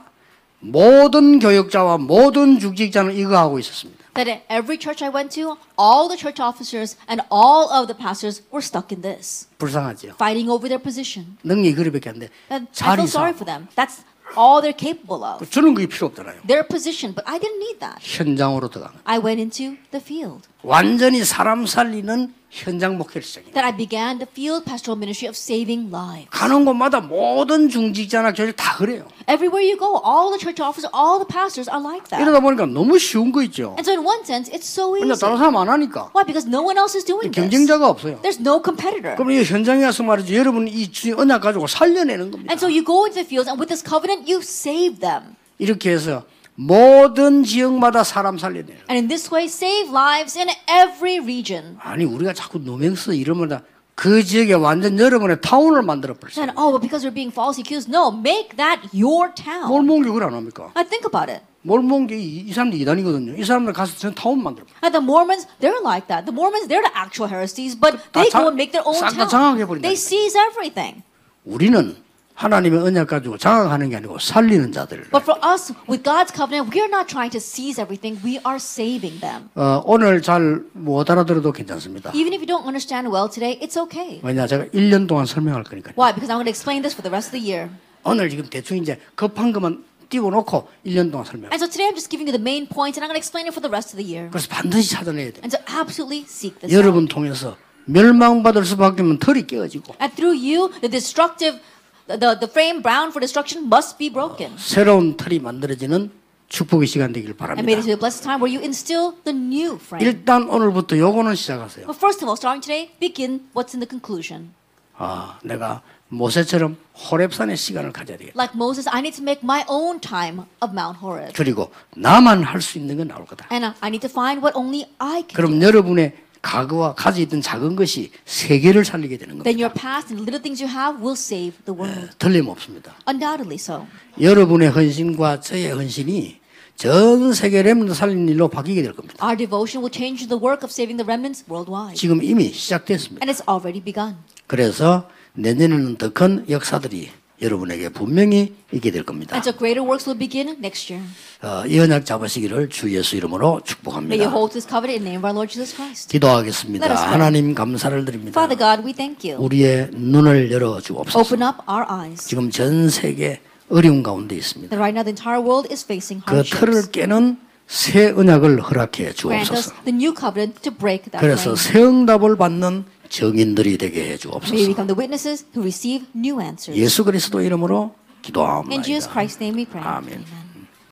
[SPEAKER 1] 모든 교역자와 모든 중직자는 이거 하고 있었습니다.
[SPEAKER 2] That at every church I went to, all the church officers and all of the pastors were stuck in this,
[SPEAKER 1] 불쌍하죠.
[SPEAKER 2] fighting over their position.
[SPEAKER 1] 능력이 그리밖에 안 돼.
[SPEAKER 2] And I feel
[SPEAKER 1] 자리
[SPEAKER 2] sorry
[SPEAKER 1] 싸움.
[SPEAKER 2] for them. That's all they're capable of.
[SPEAKER 1] 저는 그게 필요 없잖아요.
[SPEAKER 2] Their position, but I didn't need that.
[SPEAKER 1] 현장으로 들어가는.
[SPEAKER 2] I went into the field.
[SPEAKER 1] 완전히 사람 살리는 현장 목회를 시작해요.
[SPEAKER 2] that I began the field pastoral ministry of saving lives.
[SPEAKER 1] 가는 곳마다 모든 중직자나 교회 다 그래요.
[SPEAKER 2] Everywhere you go, all the church officers, all the pastors are like that.
[SPEAKER 1] 이러다 보니까 너무 쉬운 거 있죠.
[SPEAKER 2] And so, in one sense, it's so
[SPEAKER 1] 근데
[SPEAKER 2] easy.
[SPEAKER 1] 다른 사람 안 하니까
[SPEAKER 2] Why? Because no one else is doing this.
[SPEAKER 1] 경쟁자가 없어요.
[SPEAKER 2] There's no competitor.
[SPEAKER 1] 그럼 이 현장에 와서 말이죠. 여러분 이 주님 언약 가지고 살려내는 겁니다.
[SPEAKER 2] And so you go into the fields, and with this covenant, you save them.
[SPEAKER 1] 이렇게 해서 모든 지역마다 사람 살려내는.
[SPEAKER 2] And in this way, save lives in every region.
[SPEAKER 1] 아니 우리가 자꾸 노명서 이러면 그 지역에 완전 여러분의 타운을 만들어 버렸어요.
[SPEAKER 2] And oh, but because we're being falsely accused, no, make that your town.
[SPEAKER 1] 몰몬교육을 안 합니까?
[SPEAKER 2] I think about it.
[SPEAKER 1] 몰몬교육 이, 이 사람들 이단이거든요. 이 사람들 가서 전 타운 만들어. 버려요.
[SPEAKER 2] And the Mormons, they're like that. The Mormons, they're the actual heresies, but
[SPEAKER 1] 다
[SPEAKER 2] they
[SPEAKER 1] 장-
[SPEAKER 2] go and make their own
[SPEAKER 1] 싹다
[SPEAKER 2] town.
[SPEAKER 1] 장악해버린다니까.
[SPEAKER 2] They seize everything.
[SPEAKER 1] 우리는 하나님의 언약 가지고 장악하는 게 아니고 살리는 자들.
[SPEAKER 2] But for us, with God's covenant, we are not trying to seize everything. We are saving them.
[SPEAKER 1] 어, 오늘 잘 못 알아들어도 괜찮습니다.
[SPEAKER 2] Even if you don't understand well today, it's okay.
[SPEAKER 1] 왜냐 제가 1년 동안 설명할 거니까요.
[SPEAKER 2] Why? Because I'm going to explain this for the rest of the year.
[SPEAKER 1] 오늘 지금 대충 이제 급한 것만 띄워놓고 1년 동안 설명.
[SPEAKER 2] And so today I'm just giving you the main points, and I'm going to explain it for the rest of the year.
[SPEAKER 1] 그래서 반드시 찾아내야 돼요.
[SPEAKER 2] And so absolutely seek this. out.
[SPEAKER 1] 여러분 통해서 멸망받을 수밖에 없는 털이 깨어지고
[SPEAKER 2] And through you, the destructive, the, the frame bound for destruction must be broken.
[SPEAKER 1] 새로운 털이 만들어지는 축복의 시간 되길
[SPEAKER 2] And may
[SPEAKER 1] 바랍니다.
[SPEAKER 2] this be a blessed time where you instill the new frame.
[SPEAKER 1] 일단 오늘부터 요거는 시작하세요.
[SPEAKER 2] But first of all, starting today, begin what's in the conclusion.
[SPEAKER 1] 아, 내가 모세처럼 호랩산의 시간을 가져야 돼요.
[SPEAKER 2] Like Moses, I need to make my own time of Mount Horeb.
[SPEAKER 1] 그리고 나만 할 수 있는 건 나올 거다.
[SPEAKER 2] And I- I need to find what only I can do.
[SPEAKER 1] 그럼 여러분의 과거와 가지고 있던 작은 것이 세계를 살리게 되는 겁니다.
[SPEAKER 2] Then your past and the little things you have will save the world.
[SPEAKER 1] 틀림없습니다.
[SPEAKER 2] Undoubtedly so.
[SPEAKER 1] 여러분의 헌신과 저의 헌신이 전 세계 렘넌트 살리는 일로 바뀌게 될 겁니다.
[SPEAKER 2] Our devotion will change the work of saving the remnants worldwide.
[SPEAKER 1] 지금 이미 시작됐습니다.
[SPEAKER 2] And it's already begun.
[SPEAKER 1] 그래서 내년에는 더 큰 역사들이 여러분에게 분명히 있게 될 겁니다.
[SPEAKER 2] And so greater works will begin next year.
[SPEAKER 1] 어, 이 언약 잡으시기를 주 예수 이름으로
[SPEAKER 2] May you
[SPEAKER 1] 축복합니다.
[SPEAKER 2] hold this covenant in the name of our Lord Jesus Christ. Let
[SPEAKER 1] 기도하겠습니다.
[SPEAKER 2] us pray.
[SPEAKER 1] 하나님 감사를 드립니다.
[SPEAKER 2] Father God, we thank you.
[SPEAKER 1] 우리의 눈을 열어 주옵소서.
[SPEAKER 2] Open up our eyes.
[SPEAKER 1] 지금 전 세계 어려운 가운데 있습니다.
[SPEAKER 2] That right now the entire world is facing
[SPEAKER 1] 그 틀을
[SPEAKER 2] hardships.
[SPEAKER 1] 깨는 새 언약을 허락해
[SPEAKER 2] Grant us
[SPEAKER 1] 주옵소서.
[SPEAKER 2] the new covenant to break that
[SPEAKER 1] 그래서
[SPEAKER 2] frame.
[SPEAKER 1] 새 응답을 받는 정인들이 되게 해
[SPEAKER 2] May we
[SPEAKER 1] 주옵소서.
[SPEAKER 2] become the witnesses who receive new answers.
[SPEAKER 1] 예수 그리스도 이름으로
[SPEAKER 2] In
[SPEAKER 1] 기도합니다.
[SPEAKER 2] Jesus Christ's name we pray.
[SPEAKER 1] Amen.
[SPEAKER 2] Amen.